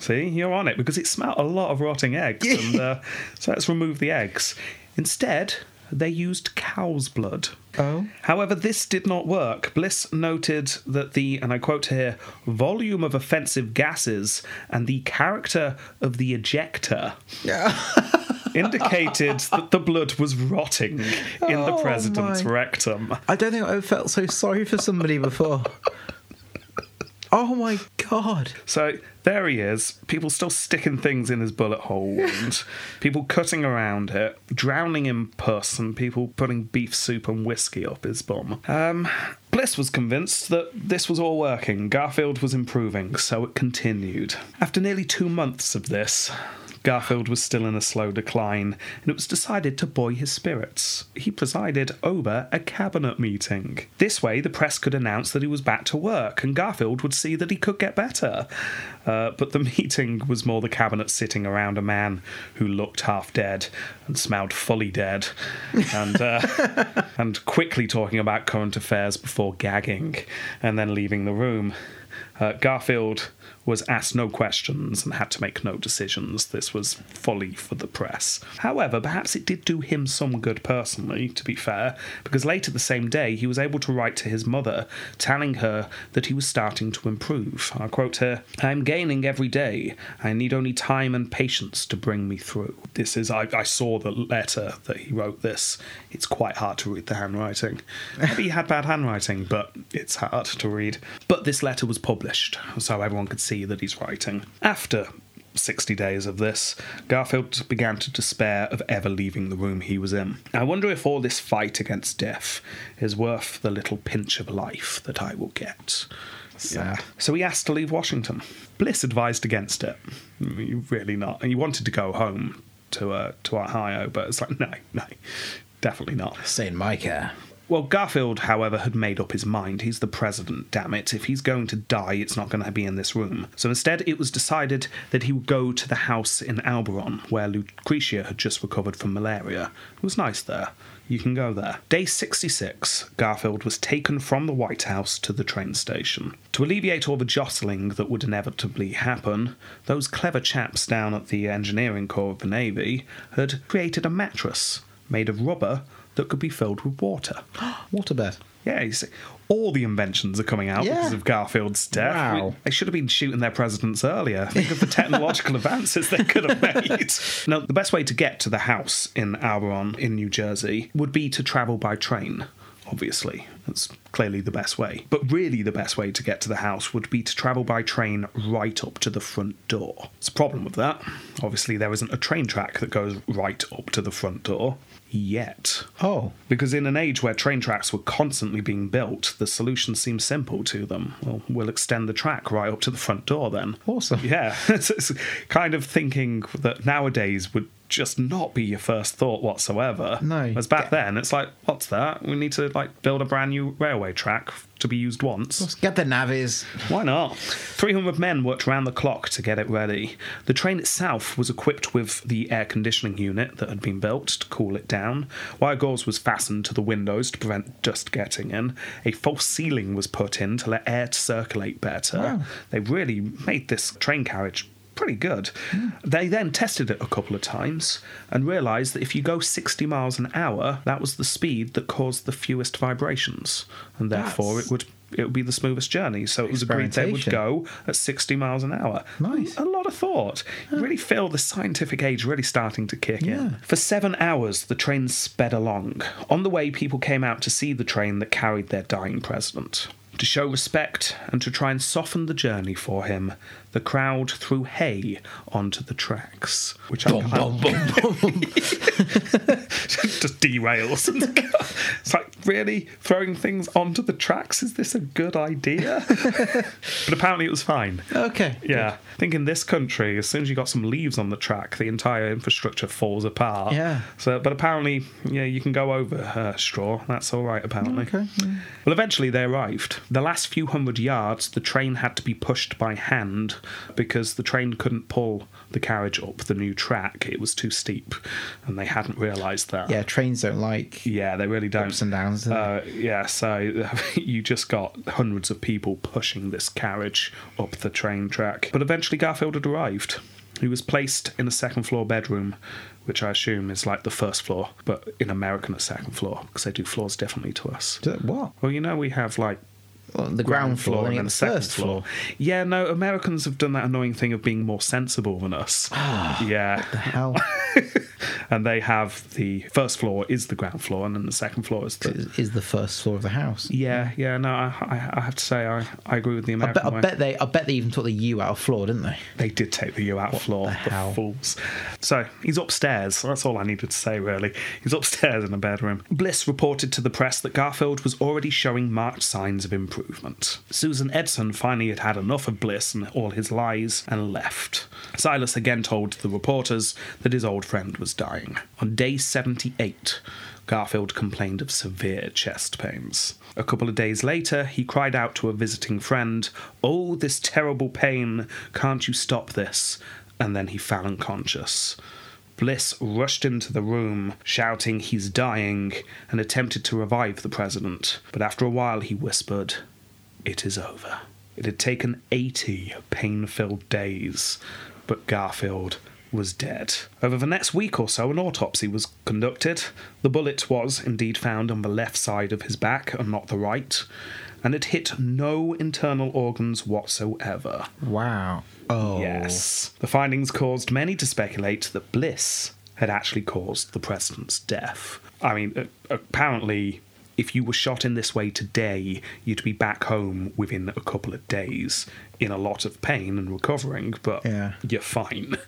See, you're on it because it smelled a lot of (laughs) rotting eggs, and uh, so let's remove the eggs. Instead, they used cow's blood. Oh. However, this did not work. Bliss noted that the, and I quote here, volume of offensive gases and the character of the ejector indicated (laughs) that the blood was rotting in the Oh, president's my. rectum. I don't think I've ever felt so sorry for somebody before. oh my god. So there he is. People still sticking things in his bullet hole wound. people cutting around it, drowning in pus, and people putting beef soup and whiskey up his bum. Um, Bliss was convinced that this was all working. Garfield was improving, so it continued. After nearly two months of this, Garfield was still in a slow decline, and it was decided to buoy his spirits. He presided over a cabinet meeting. This way, the press could announce that he was back to work, and Garfield would see that he could get better. Uh, but the (laughs) meeting was more the cabinet sitting around a man who looked half dead and smelled fully dead, and uh, (laughs) and quickly talking about current affairs before gagging, and then leaving the room. Uh, Garfield was asked no questions and had to make no decisions. This was folly for the press. However, perhaps it did do him some good personally, to be fair, because later the same day he was able to write to his mother, telling her that he was starting to improve. I quote her, I am gaining every day. I need only time and patience to bring me through. This is, I, I saw the letter that he wrote this. It's quite hard to read the handwriting. Maybe he had bad handwriting, but it's hard to read. But this letter was published, so everyone could see that he's writing. After 60 days of this, Garfield began to despair of ever leaving the room he was in. I wonder if all this fight against death is worth the little pinch of life that I will get. Yeah. So he asked to leave Washington. Bliss advised against it. You Really not. And he wanted to go home to uh, to Ohio, but it's like no, no, definitely not. Saying my care. Well, Garfield, however, had made up his mind. He's the president, damn it. If he's going to die, it's not going to be in this room. So instead, it was decided that he would go to the house in Alberon, where Lucretia had just recovered from malaria. It was nice there. You can go there. Day 66, Garfield was taken from the White House to the train station. To alleviate all the jostling that would inevitably happen, those clever chaps down at the Engineering Corps of the Navy had created a mattress made of rubber that could be filled with water. Waterbed. Yeah, you see, all the inventions are coming out Yeah. because of Garfield's death. Wow. We- they should have been shooting their presidents earlier. Think of the technological (laughs) advances they could have made. Now, the best way to get to the house in Auberon in New Jersey would be to travel by train. Obviously, that's clearly the best way. But really, the best way to get to the house would be to travel by train right up to the front door. It's a problem with that. Obviously, there isn't a train track that goes right up to the front door yet. Oh. Because in an age where train tracks were constantly being built, the solution seemed simple to them. Well, we'll extend the track right up to the front door then. Awesome. Yeah, (laughs) it's, it's kind of thinking that nowadays would just not be your first thought whatsoever. No. As back then, it's like, what's that? We need to like build a brand new railway track to be used once. Let's get the navvies. Why not? 300 men worked round the clock to get it ready. The train itself was equipped with the air conditioning unit that had been built to cool it down. Wire gauze was fastened to the windows to prevent dust getting in. A false ceiling was put in to let air circulate better. They really made this train carriage pretty good. They then tested it a couple of times and realised that if you go 60 miles an hour, that was the speed that caused the fewest vibrations, and therefore That's- it would it would be the smoothest journey. So it was agreed they would Experimentation. go at 60 miles an hour. Nice. A lot of thought. You really feel the scientific age really starting to kick Yeah. in. For seven hours, the train sped along. On the way, people came out to see the train that carried their dying president. To show respect and to try and soften the journey for him, the crowd threw hay onto the tracks, which I can't- (laughs) just derails. And it's like, really? Throwing things onto the tracks? Is this a good idea? but apparently it was fine. Okay. Yeah. I think in this country, as soon as you got some leaves on the track, the entire infrastructure falls apart. Yeah. So, but apparently, yeah, you can go over uh, straw. That's all right, apparently. Okay, Well, eventually they arrived. The last few hundred yards, the train had to be pushed by hand because the train couldn't pull the carriage up the new track. It was too steep, and they hadn't realised that. Yeah, trains don't like Yeah, they really don't. ups and downs. do they? Uh, yeah, so (laughs) you just got hundreds of people pushing this carriage up the train track. But eventually, Garfield had arrived. He was placed in a second floor bedroom, which I assume is like the first floor, but in American, a second floor, because they do floors differently to us. Do they- what? Well, you know, we have like Well, the ground floor, and then the a second first floor. Yeah, no, Americans have done that annoying thing of being more sensible than us. yeah. Ah, The hell (laughs) And they have the first floor is the ground floor, and then the second floor is the. is is the first floor of the house? Yeah, yeah, no, I, I, I have to say, I, I agree with the I American bet, I way. bet they, I bet they even took the U out of floor, didn't they? They did take the U out of floor, the hell? the fools. So he's upstairs. That's all I needed to say, really. He's upstairs in a bedroom. Bliss reported to the press that Garfield was already showing marked signs of improvement. Susan Edson finally had had enough of Bliss and all his lies and left. Silas again told the reporters that his old friend was dying. On day 78, Garfield complained of severe chest pains. A couple of days later, he cried out to a visiting friend, Oh, this terrible pain, can't you stop this? And then he fell unconscious. Bliss rushed into the room, shouting, He's dying, and attempted to revive the president. But after a while, he whispered, It is over. It had taken 80 pain filled days, but Garfield was dead. Over the next week or so, an autopsy was conducted. The bullet was indeed found on the left side of his back and not the right, and had hit no internal organs whatsoever. Wow. Oh. Yes. The findings caused many to speculate that Bliss had actually caused the president's death. I mean, a- apparently, if you were shot in this way today, you'd be back home within a couple of days in a lot of pain and recovering, but Yeah. you're fine.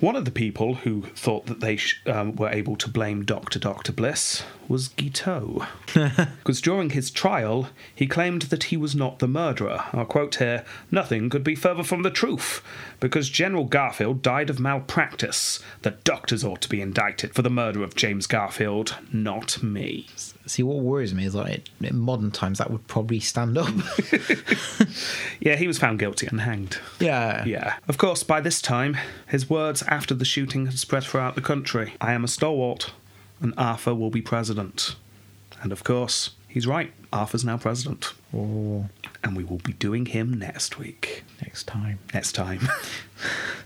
One of the people who thought that they sh- um, were able to blame Dr. Dr. Bliss was Guiteau. Because during his trial, he claimed that he was not the murderer. I'll quote here Nothing could be further from the truth, because General Garfield died of malpractice. The doctors ought to be indicted for the murder of James Garfield, not me. See, what worries me is like in modern times that would probably stand up. Yeah, he was found guilty and hanged. (laughs) yeah. Yeah. Of course, by this time, his words after the shooting had spread throughout the country. I am a stalwart, and Arthur will be president. And of course, he's right. Arthur's now president. Oh, And we will be doing him next week. next time. Next time. (laughs) so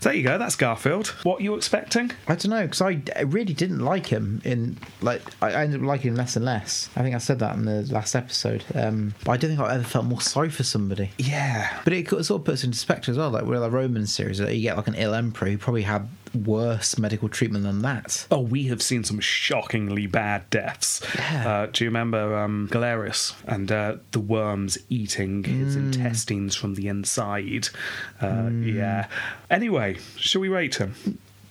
there you go, that's Garfield. What you expecting? I don't know because I d- I really didn't like him in like I I ended up liking him less and less. I think I said that in the last episode. Um, but I don't think I ever felt more sorry for somebody. Yeah. But it sort of puts into perspective as well, like with the Roman series, that you get like an ill emperor who probably had worse medical treatment than that. Oh, we have seen some shockingly bad deaths. Yeah. Uh, do you remember um, Galerius and uh, the worms eating his intestines from the inside? Uh, Yeah. Anyway, shall we rate him?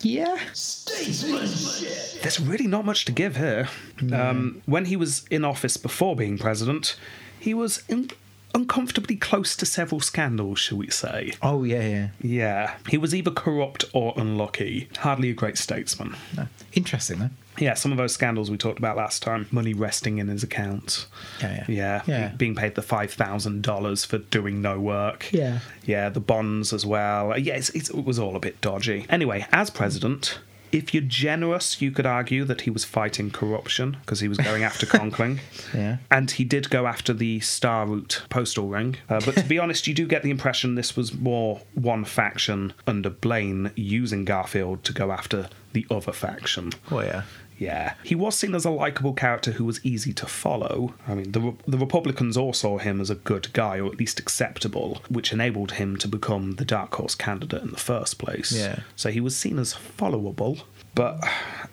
Yeah. Statesmanship. There's really not much to give here. Um, when he was in office before being president, he was in- uncomfortably close to several scandals, shall we say. Oh yeah, yeah. Yeah, he was either corrupt or unlucky. Hardly a great statesman. No. Interesting though. Yeah, some of those scandals we talked about last time. Money resting in his account. Yeah, yeah. Yeah. Yeah. Being paid the five thousand dollars for doing no work. Yeah. Yeah, the bonds as well. Yeah, it's, it's, it was all a bit dodgy. Anyway, as president, if you're generous, you could argue that he was fighting corruption because he was (laughs) going after Conkling. Yeah. And he did go after the Star Route postal ring. Uh, but to be (laughs) honest, you do get the impression this was more one faction under Blaine using Garfield to go after the other faction. Oh yeah. Yeah. He was seen as a likable character who was easy to follow. I mean, the, Re- the Republicans all saw him as a good guy, or at least acceptable, which enabled him to become the Dark Horse candidate in the first place. Yeah. So he was seen as followable. But,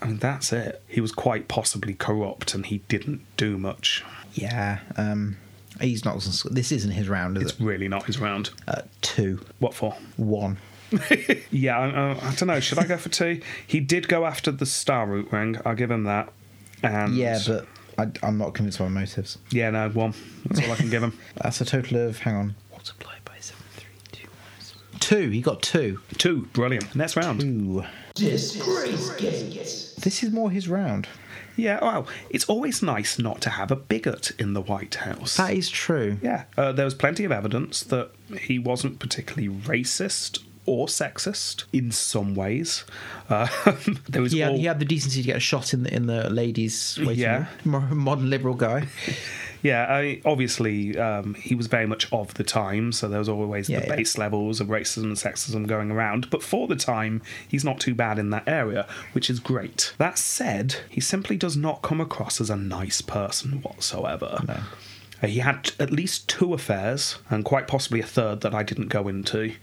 I mean, that's it. He was quite possibly corrupt and he didn't do much. Yeah. Um, he's not. This isn't his round, is It's it? really not his round. Uh, two, What for? one. Yeah, I, I, I don't know. Should I go for two? He did go after the Star Root ring. I'll give him that. And Yeah, but I, I'm not convinced by my motives. yeah, no, one. That's all I can give him. That's a total of. Hang on. Multiplied by seven, three, two, one. Two. You got two. Two, brilliant. Next round. Two. Disgrace gate. This is more his round. Yeah, well, it's always nice not to have a bigot in the White House. That is true. yeah, uh, there was plenty of evidence that he wasn't particularly racist or sexist in some ways. Uh, (laughs) there was He had, all- he had the decency to get shot in the in the ladies' waiting Yeah. room. Mo- Modern liberal (laughs) guy. Yeah, I, obviously um, he was very much of the time, so there was always Yeah, the yeah. base levels of racism and sexism going around. But for the time, he's not too bad in that area, which is great. That said, he simply does not come across as a nice person whatsoever. Uh, He had at least two affairs, and quite possibly a third that I didn't go into.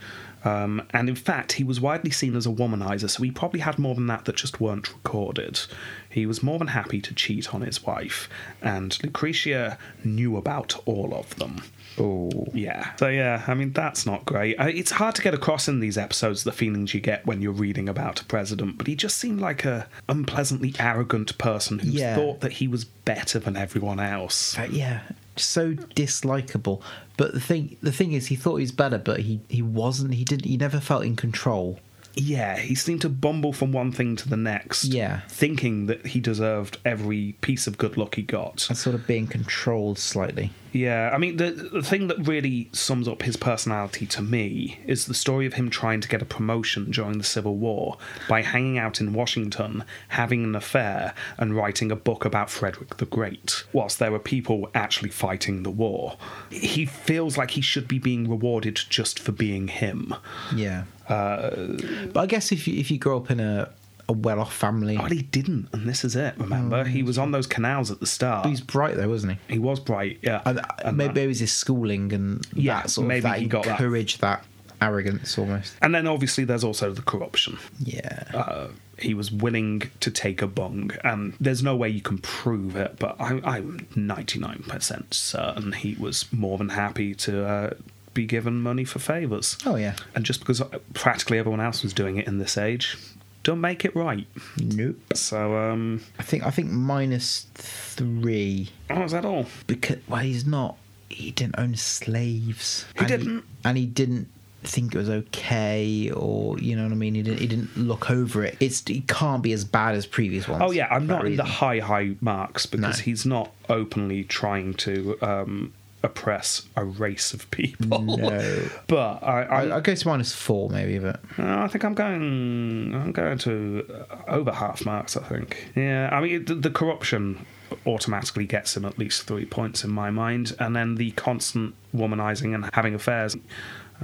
Um, and in fact, he was widely seen as a womanizer, so he probably had more than that that just weren't recorded. He was more than happy to cheat on his wife, and Lucretia knew about all of them. Oh. Yeah. So, yeah, I mean, that's not great. I, it's hard to get across in these episodes the feelings you get when you're reading about a president, but he just seemed like a unpleasantly arrogant person who Yeah. thought that he was better than everyone else. But yeah, so dislikable. But the thing, the thing is, he thought he was better, but he, he wasn't. He didn't. He never felt in control. Yeah, he seemed to bumble from one thing to the next. Yeah. Thinking that he deserved every piece of good luck he got. And sort of being controlled slightly. Yeah, I mean, the, the thing that really sums up his personality to me is the story of him trying to get a promotion during the Civil War by hanging out in Washington, having an affair, and writing a book about Frederick the Great, whilst there were people actually fighting the war. He feels like he should be being rewarded just for being him. Yeah. Uh, but I guess if you if you grow up in a, a well off family, But he didn't, and this is it, Mm. remember? He was on those canals at the start. he was bright though, wasn't he? He was bright, yeah. And, uh, And that- maybe it was his schooling and Yeah, that sort of maybe that he got that. encouraged that. arrogance almost. and then obviously there's also the corruption. Yeah. uh, he was willing to take a bung. And there's no way you can prove it, but I, I'm 99% certain he was more than happy to uh, be given money for favours. Oh, yeah. And just because practically everyone else was doing it in this age, don't make it right. Nope. So, um, I think I think minus three oh, is that all? because well he's not he didn't own slaves. He and didn't. and he didn't think it was okay or you know what I mean. He didn't he didn't look over it. It's it can't be as bad as previous ones. Oh yeah, I'm for that not in the reason. high high marks because No. he's not openly trying to um, oppress a race of people. No. (laughs) but I, I, I, I go to minus four maybe, but Uh, I think I'm going. I'm going to uh, over half marks. I think. Yeah. I mean, the, the corruption automatically gets him at least three points in my mind, and then the constant womanizing and having affairs.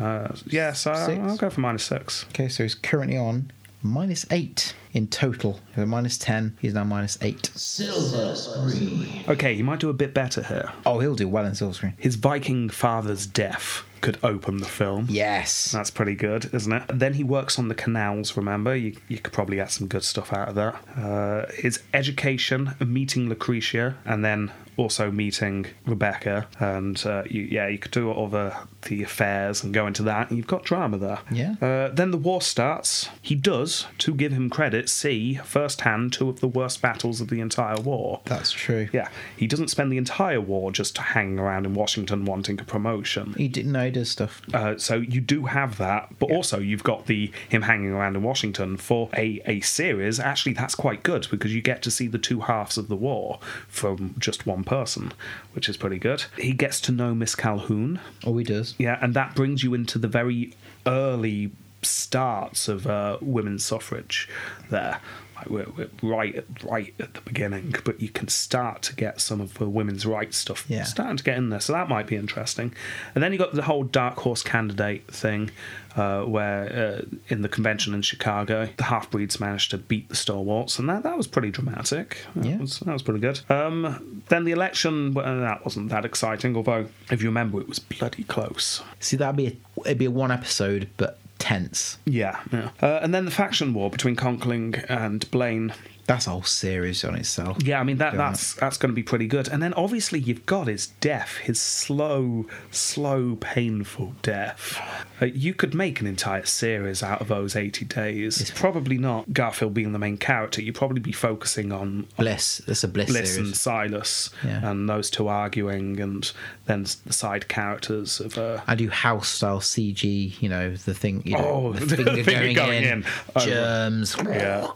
Uh, yeah. So i Six. I'll go for minus six. okay. So he's currently on minus eight in total. He was minus ten. He's now minus eight. Silver screen. Okay, he might do a bit better here. Oh, he'll do well in silver screen. His Viking father's death could open the film. Yes. That's pretty good, isn't it? Then he works on the canals, remember? You, you could probably get some good stuff out of that. Uh, his education, meeting Lucretia, and then also meeting Rebecca. And uh, you, yeah, you could do all the, the affairs and go into that. And you've got drama there. Yeah. Uh, then the war starts. He does, to give him credit, see firsthand two of the worst battles of the entire war. That's true. Yeah, he doesn't spend the entire war just hanging around in Washington wanting a promotion. He didn't know he does stuff. Uh, so you do have that, but also you've got the him hanging around in Washington for a, a series. Actually, that's quite good because you get to see the two halves of the war from just one person, which is pretty good. He gets to know Miss Calhoun, Oh, he does. yeah, and that brings you into the very early starts of uh, women's suffrage. There, like we're, we're right right at the beginning, but you can start to get some of the women's rights stuff Yeah. starting to get in there, so that might be interesting. And then you got the whole dark horse candidate thing, uh, where uh, in the convention in Chicago, the half breeds managed to beat the stalwarts, and that that was pretty dramatic. That Yeah. was that was pretty good. Um, then the election, well, that wasn't that exciting. Although, if you remember, it was bloody close. See, that'd be a, it'd be a one episode, but tense. Yeah, yeah. Uh, and then the faction war between Conkling and Blaine. That's a whole series on itself. Yeah, I mean that Go on. that's that's going to be pretty good. And then obviously you've got his death, his slow, slow, painful death. Uh, you could make an entire series out of those eighty days. It's probably not Garfield being the main character. You'd probably be focusing on Bliss. That's a Bliss, Bliss and series. Silas, Yeah. and those two arguing, and then s- the side characters of. Uh, I do house style CG. You know the thing. You know, Oh, the finger, going, in, Oh, germs. yeah.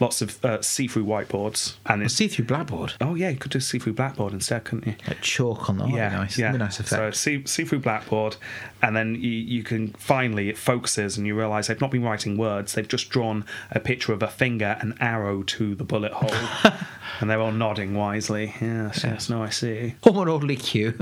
lots of uh, see-through whiteboards, and it's See through blackboard. oh yeah, you could do see-through blackboard instead, couldn't you? Like chalk on that. Yeah, be nice. That'd Be nice so effect. see, see through blackboard, and then you, you can finally it focuses, and you realise they've not been writing words; they've just drawn a picture of a finger and arrow to the bullet (laughs) hole, and they're all nodding wisely. Yes, yes, no, I see. What an orderly (laughs) queue.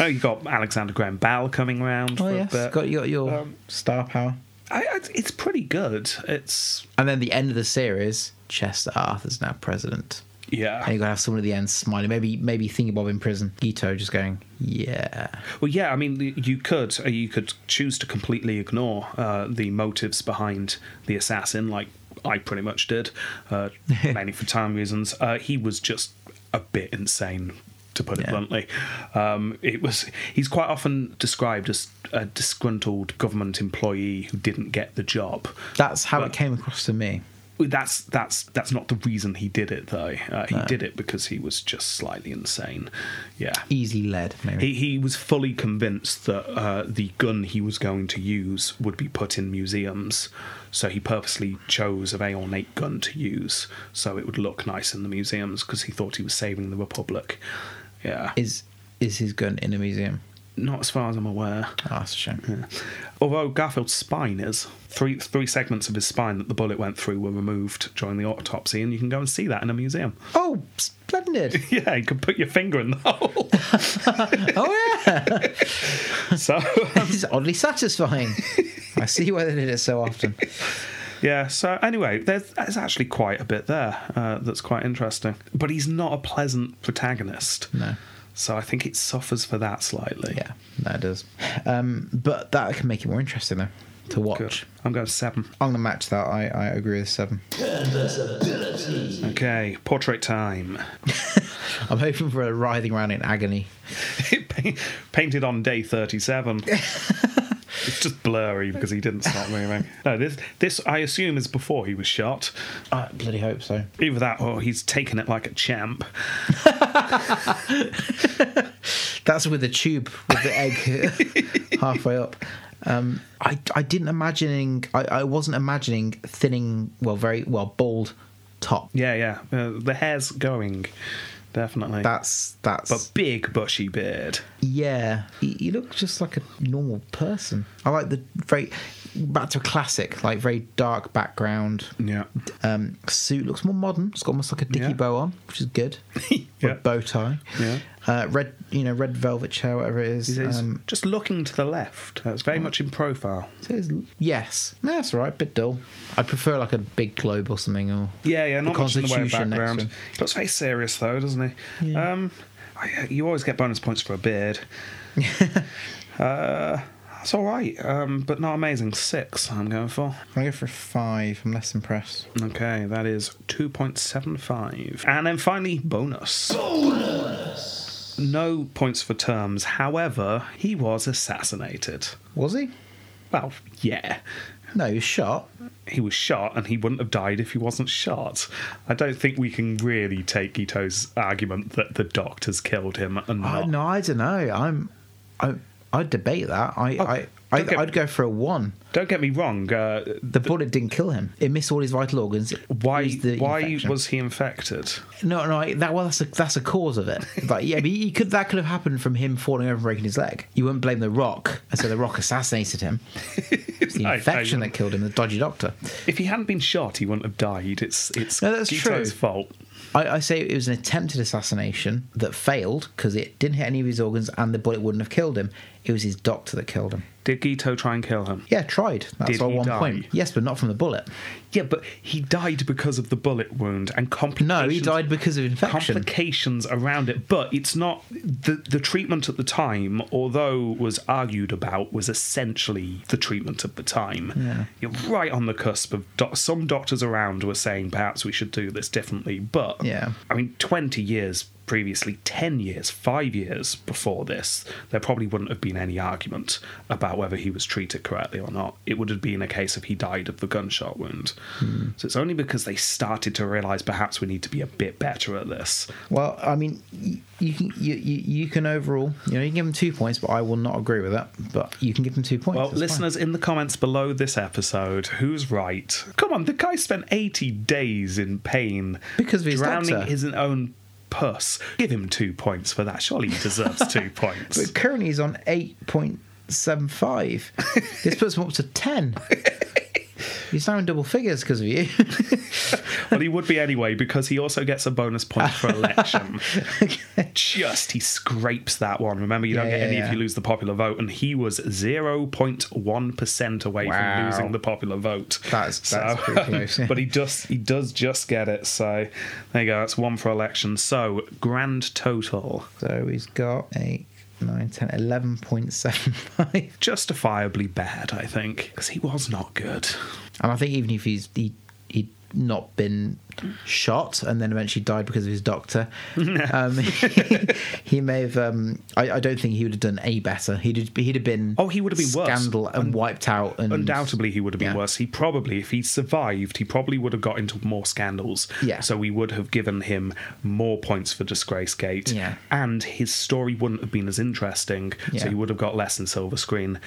Oh, you got Alexander Graham Bell coming round. oh for yes, a bit. got you got your Um, star power. I, I, it's pretty good. It's And then the end of the series, Chester Arthur's now president. And yeah. you gotta have someone at the end smiling. Maybe maybe Thingy Bob in prison. Ito just going, yeah. Well, yeah. I mean, you could uh, you could choose to completely ignore uh, the motives behind the assassin, like I pretty much did, (laughs) uh, mainly for time reasons. Uh, he was just a bit insane. To put it Yeah. bluntly, um, it was. He's quite often described as a disgruntled government employee who didn't get the job. That's how Well- it came across to me. that's that's that's not the reason he did it though. Uh, he No. did it because he was just slightly insane. Yeah. Easily led, maybe. He, he was fully convinced that uh, the gun he was going to use would be put in museums, so he purposely chose a very ornate gun to use so it would look nice in the museums because he thought he was saving the Republic. Yeah, is is his gun in a museum? not as far as I'm aware. Oh, that's a shame. Although Garfield's spine is three three segments of his spine that the bullet went through were removed during the autopsy, and you can go and see that in a museum. (laughs) Oh, splendid. Yeah, you could put your finger in the (laughs) hole. oh yeah. so, this is oddly satisfying. I see why they did it so often. yeah. So anyway, there's, there's actually quite a bit there uh, that's quite interesting. But he's not a pleasant protagonist. No. So I think it suffers for that slightly. Yeah, that does. Um, but that can make it more interesting though to watch. Good. I'm going seven. I'm gonna match that. I, I agree with seven. Convertibility. Okay. Portrait time. (laughs) I'm hoping for a writhing around in agony. Pa- painted on (laughs) day 37. it's just blurry because he didn't stop moving. No, this this I assume is before he was shot. I bloody hope so. Either that or he's taken it like a champ. That's with the tube with the egg (laughs) halfway up. Um, I I didn't imagining. I, I wasn't imagining thinning. Well, very well bald top. Yeah, yeah. Uh, the hair's going. Definitely. That's that's but big bushy beard. yeah. He, he looks just like a normal person. I like the very back to a classic, like very dark background. Yeah. Um, suit looks more modern. It's got almost like a dicky Yeah. bow on, which is (laughs) good. Or Yeah. a bow tie. Yeah. Uh, red, you know, red velvet chair, whatever it is. He's, he's Um, Oh. just looking to the left. That's very much in profile. so it's- yes, no, that's all right. Bit dull. I prefer like a big globe or something. Or Yeah, yeah, not much in the way of Constitution next background. one. He looks very serious though, doesn't he? Yeah. Um, I, you always get bonus points for (laughs) a beard. uh, that's all right, um, but not amazing. Six, I'm going for. I go for a five. I'm less impressed. Okay, that is two point seven five, and then finally bonus. No points for terms. However, he was assassinated. Was he? Well, yeah. No, he was shot. he was shot and he wouldn't have died if he wasn't shot. I don't think we can really take Ito's argument that the doctors killed him and I, not. no, I don't know. I'm, I, I'd debate that. I, I, I Oh, don't get- I'd go for a one. Don't get me wrong. Uh, The bullet didn't kill him. It missed all his vital organs. why? It was the Why infection. was he infected? No, no, I- that well, that's a, that's a cause of (laughs) it. But yeah, but he could that could have happened from him falling over and breaking his leg. You wouldn't blame the Rock, and so the Rock assassinated (laughs) him. It's the No, no, infection you that killed him, the dodgy doctor. If he hadn't been shot, he wouldn't have died. It's it's No, that's Ito's true. fault. I, I say it was an attempted assassination that failed because it didn't hit any of his organs, and the bullet wouldn't have killed him. It was his doctor that killed him. Did Ito try and kill him? Yeah, tried. That's Did all he one die? point. Yes, but not from the bullet. Yeah, but he died because of the bullet wound and complications. No, he died because of infection. complications around it but it's not the the treatment at the time although was argued about was essentially the treatment at the time Yeah. you're right on the cusp of doc- some doctors around were saying perhaps we should do this differently but Yeah. i mean 20 years previously 10 years, five years before this, there probably wouldn't have been any argument about whether he was treated correctly or not. It would have been a case of he died of the gunshot wound. Hmm. So it's only because they started to realise perhaps we need to be a bit better at this. Well, I mean, y- you can you, you, you can overall, you know, you can give them two points, but I will not agree with that. But you can give them two points. Well, that's fine. listeners, in the comments below this episode, who's right? Come on, the guy spent 80 days in pain Because of his drowning doctor. his own puss. Give him two points for that. Surely he deserves two (laughs) points. but currently he's on eight point seven (laughs) five. this puts him up to ten. He's now in double figures because of you. (laughs) well, he would be anyway because he also gets a bonus point (laughs) for election. Just he scrapes that one. Remember, you don't Yeah, get yeah, any yeah. if you lose the popular vote, and he was zero point one percent away from Wow. losing the popular vote. That's- that's pretty close, yeah. (laughs) but he just he does just get it. So there you go. That's one for election. So grand total. so he's got eight, nine, ten, eleven point seven five. Justifiably bad, I think, because he was not good. And I think even if he's he he'd not been shot and then eventually died because of his (laughs) doctor, um, (laughs) he, may have. Um, I, I don't think he would have done any better. He'd have- he'd have been Oh, he would have been worse. scandal and wiped out and Undoubtedly, he would have been Yeah. worse. He probably, if he survived, he probably would have got into more scandals. Yeah. So we would have given him more points for Disgracegate. Yeah. And his story wouldn't have been as interesting. So Yeah. he would have got less than Silver Screen.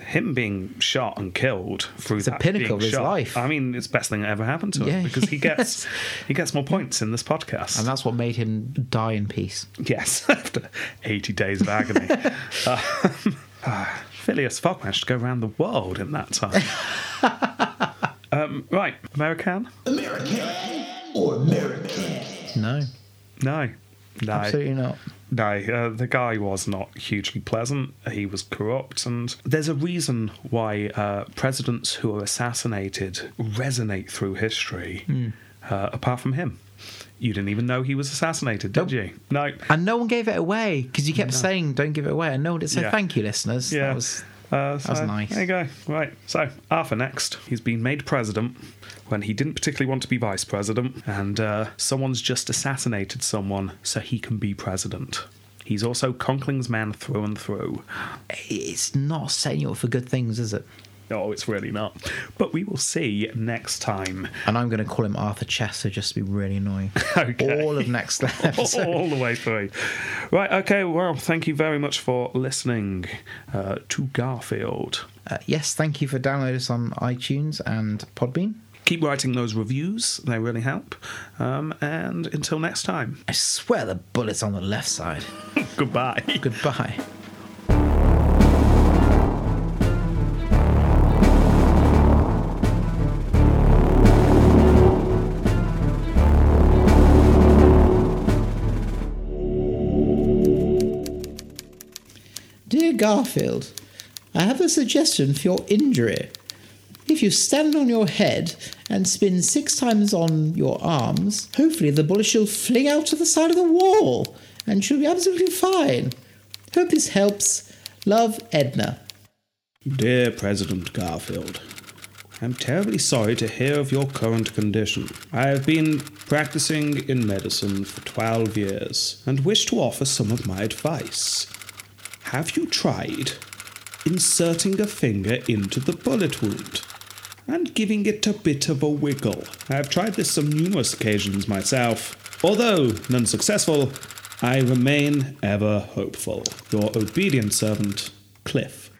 Him being shot and killed through the that pinnacle being of his shot, life. I mean, it's the best thing that ever happened to him Yeah, because (laughs) he yes. gets he gets more points in this podcast. And that's what made him die in peace. Yes, (laughs) after 80 days (laughs) of agony. Um, (laughs) ah, Phileas Fogg managed to go around the world in (laughs) that time. um, right, American? American or American? No, No. No. absolutely not. No, uh, the guy was not hugely pleasant. He was corrupt, and there's a reason why uh, presidents who are assassinated resonate through history, Hmm. uh, apart from him. You didn't even know he was assassinated, did Nope. you? No. And no one gave it away because you kept saying, "Don't give it away." And no one did. So Yeah. thank you, listeners. Yeah. That was, Uh, so was nice. There you go. Right. So Arthur next. He's been made president when he didn't particularly want to be vice president, and uh, someone's just assassinated someone so he can be president. He's also Conkling's man through and through. it's not setting you up for good things, is it? Oh, it's really not. But we will see next time. And I'm going to call him Arthur Chester just to be really annoying. (laughs) Okay. All of next episode. (laughs) all the way through. Right. Okay. Well, thank you very much for listening uh, to Garfield. Uh, yes, thank you for downloading us on iTunes and Podbean. Keep writing those reviews, they really help. Um, and until next time. (laughs) I swear the bullet's on the left side. Goodbye. Goodbye. Dear Garfield, I have a suggestion for your injury. If you stand on your head and spin six times on your arms, hopefully the bullet shall fling out to the side of the wall and she'll be absolutely fine. Hope this helps. Love, Edna. Dear President Garfield, I'm terribly sorry to hear of your current condition. I have been practicing in medicine for 12 years and wish to offer some of my advice. Have you tried inserting a finger into the bullet wound and giving it a bit of a wiggle? I have tried this on numerous occasions myself. Although none successful, I remain ever hopeful. Your obedient servant, Cliff.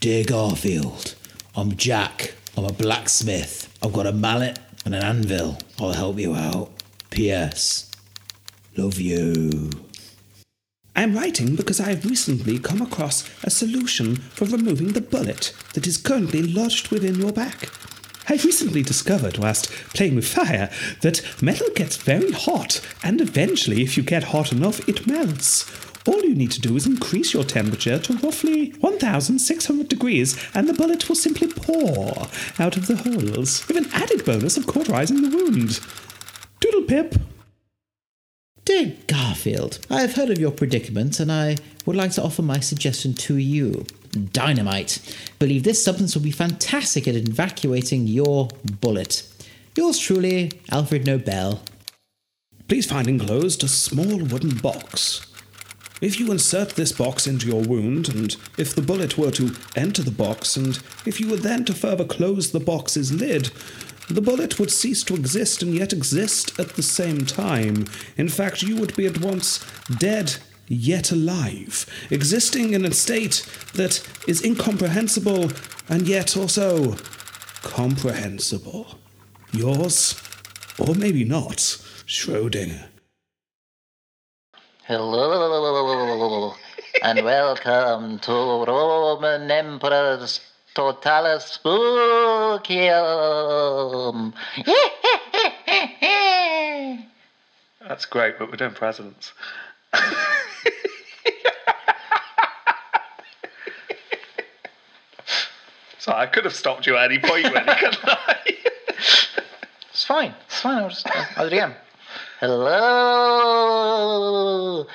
Dear Garfield, I'm Jack. I'm a blacksmith. I've got a mallet and an anvil. I'll help you out. P.S. Love you. I'm writing because I have recently come across a solution for removing the bullet that is currently lodged within your back. I recently discovered, whilst playing with fire, that metal gets very hot, and eventually, if you get hot enough, it melts. All you need to do is increase your temperature to roughly 1600 degrees, and the bullet will simply pour out of the holes, with an added bonus of cauterizing the wound. Doodle pip! Dear Garfield, I have heard of your predicament and I would like to offer my suggestion to you. Dynamite. Believe this substance will be fantastic at evacuating your bullet. Yours truly, Alfred Nobel. Please find enclosed a small wooden box. If you insert this box into your wound, and if the bullet were to enter the box, and if you were then to further close the box's lid, the bullet would cease to exist and yet exist at the same time. In fact, you would be at once dead yet alive, existing in a state that is incomprehensible and yet also comprehensible. Yours, or maybe not, Schrodinger. Hello, and welcome to Roman Emperor's Totalis Spookium. (laughs) That's great, but we're doing presidents. so I could have stopped you at any point, really, couldn't I? it's fine. It's fine. I'll just I'll do it again. Hello,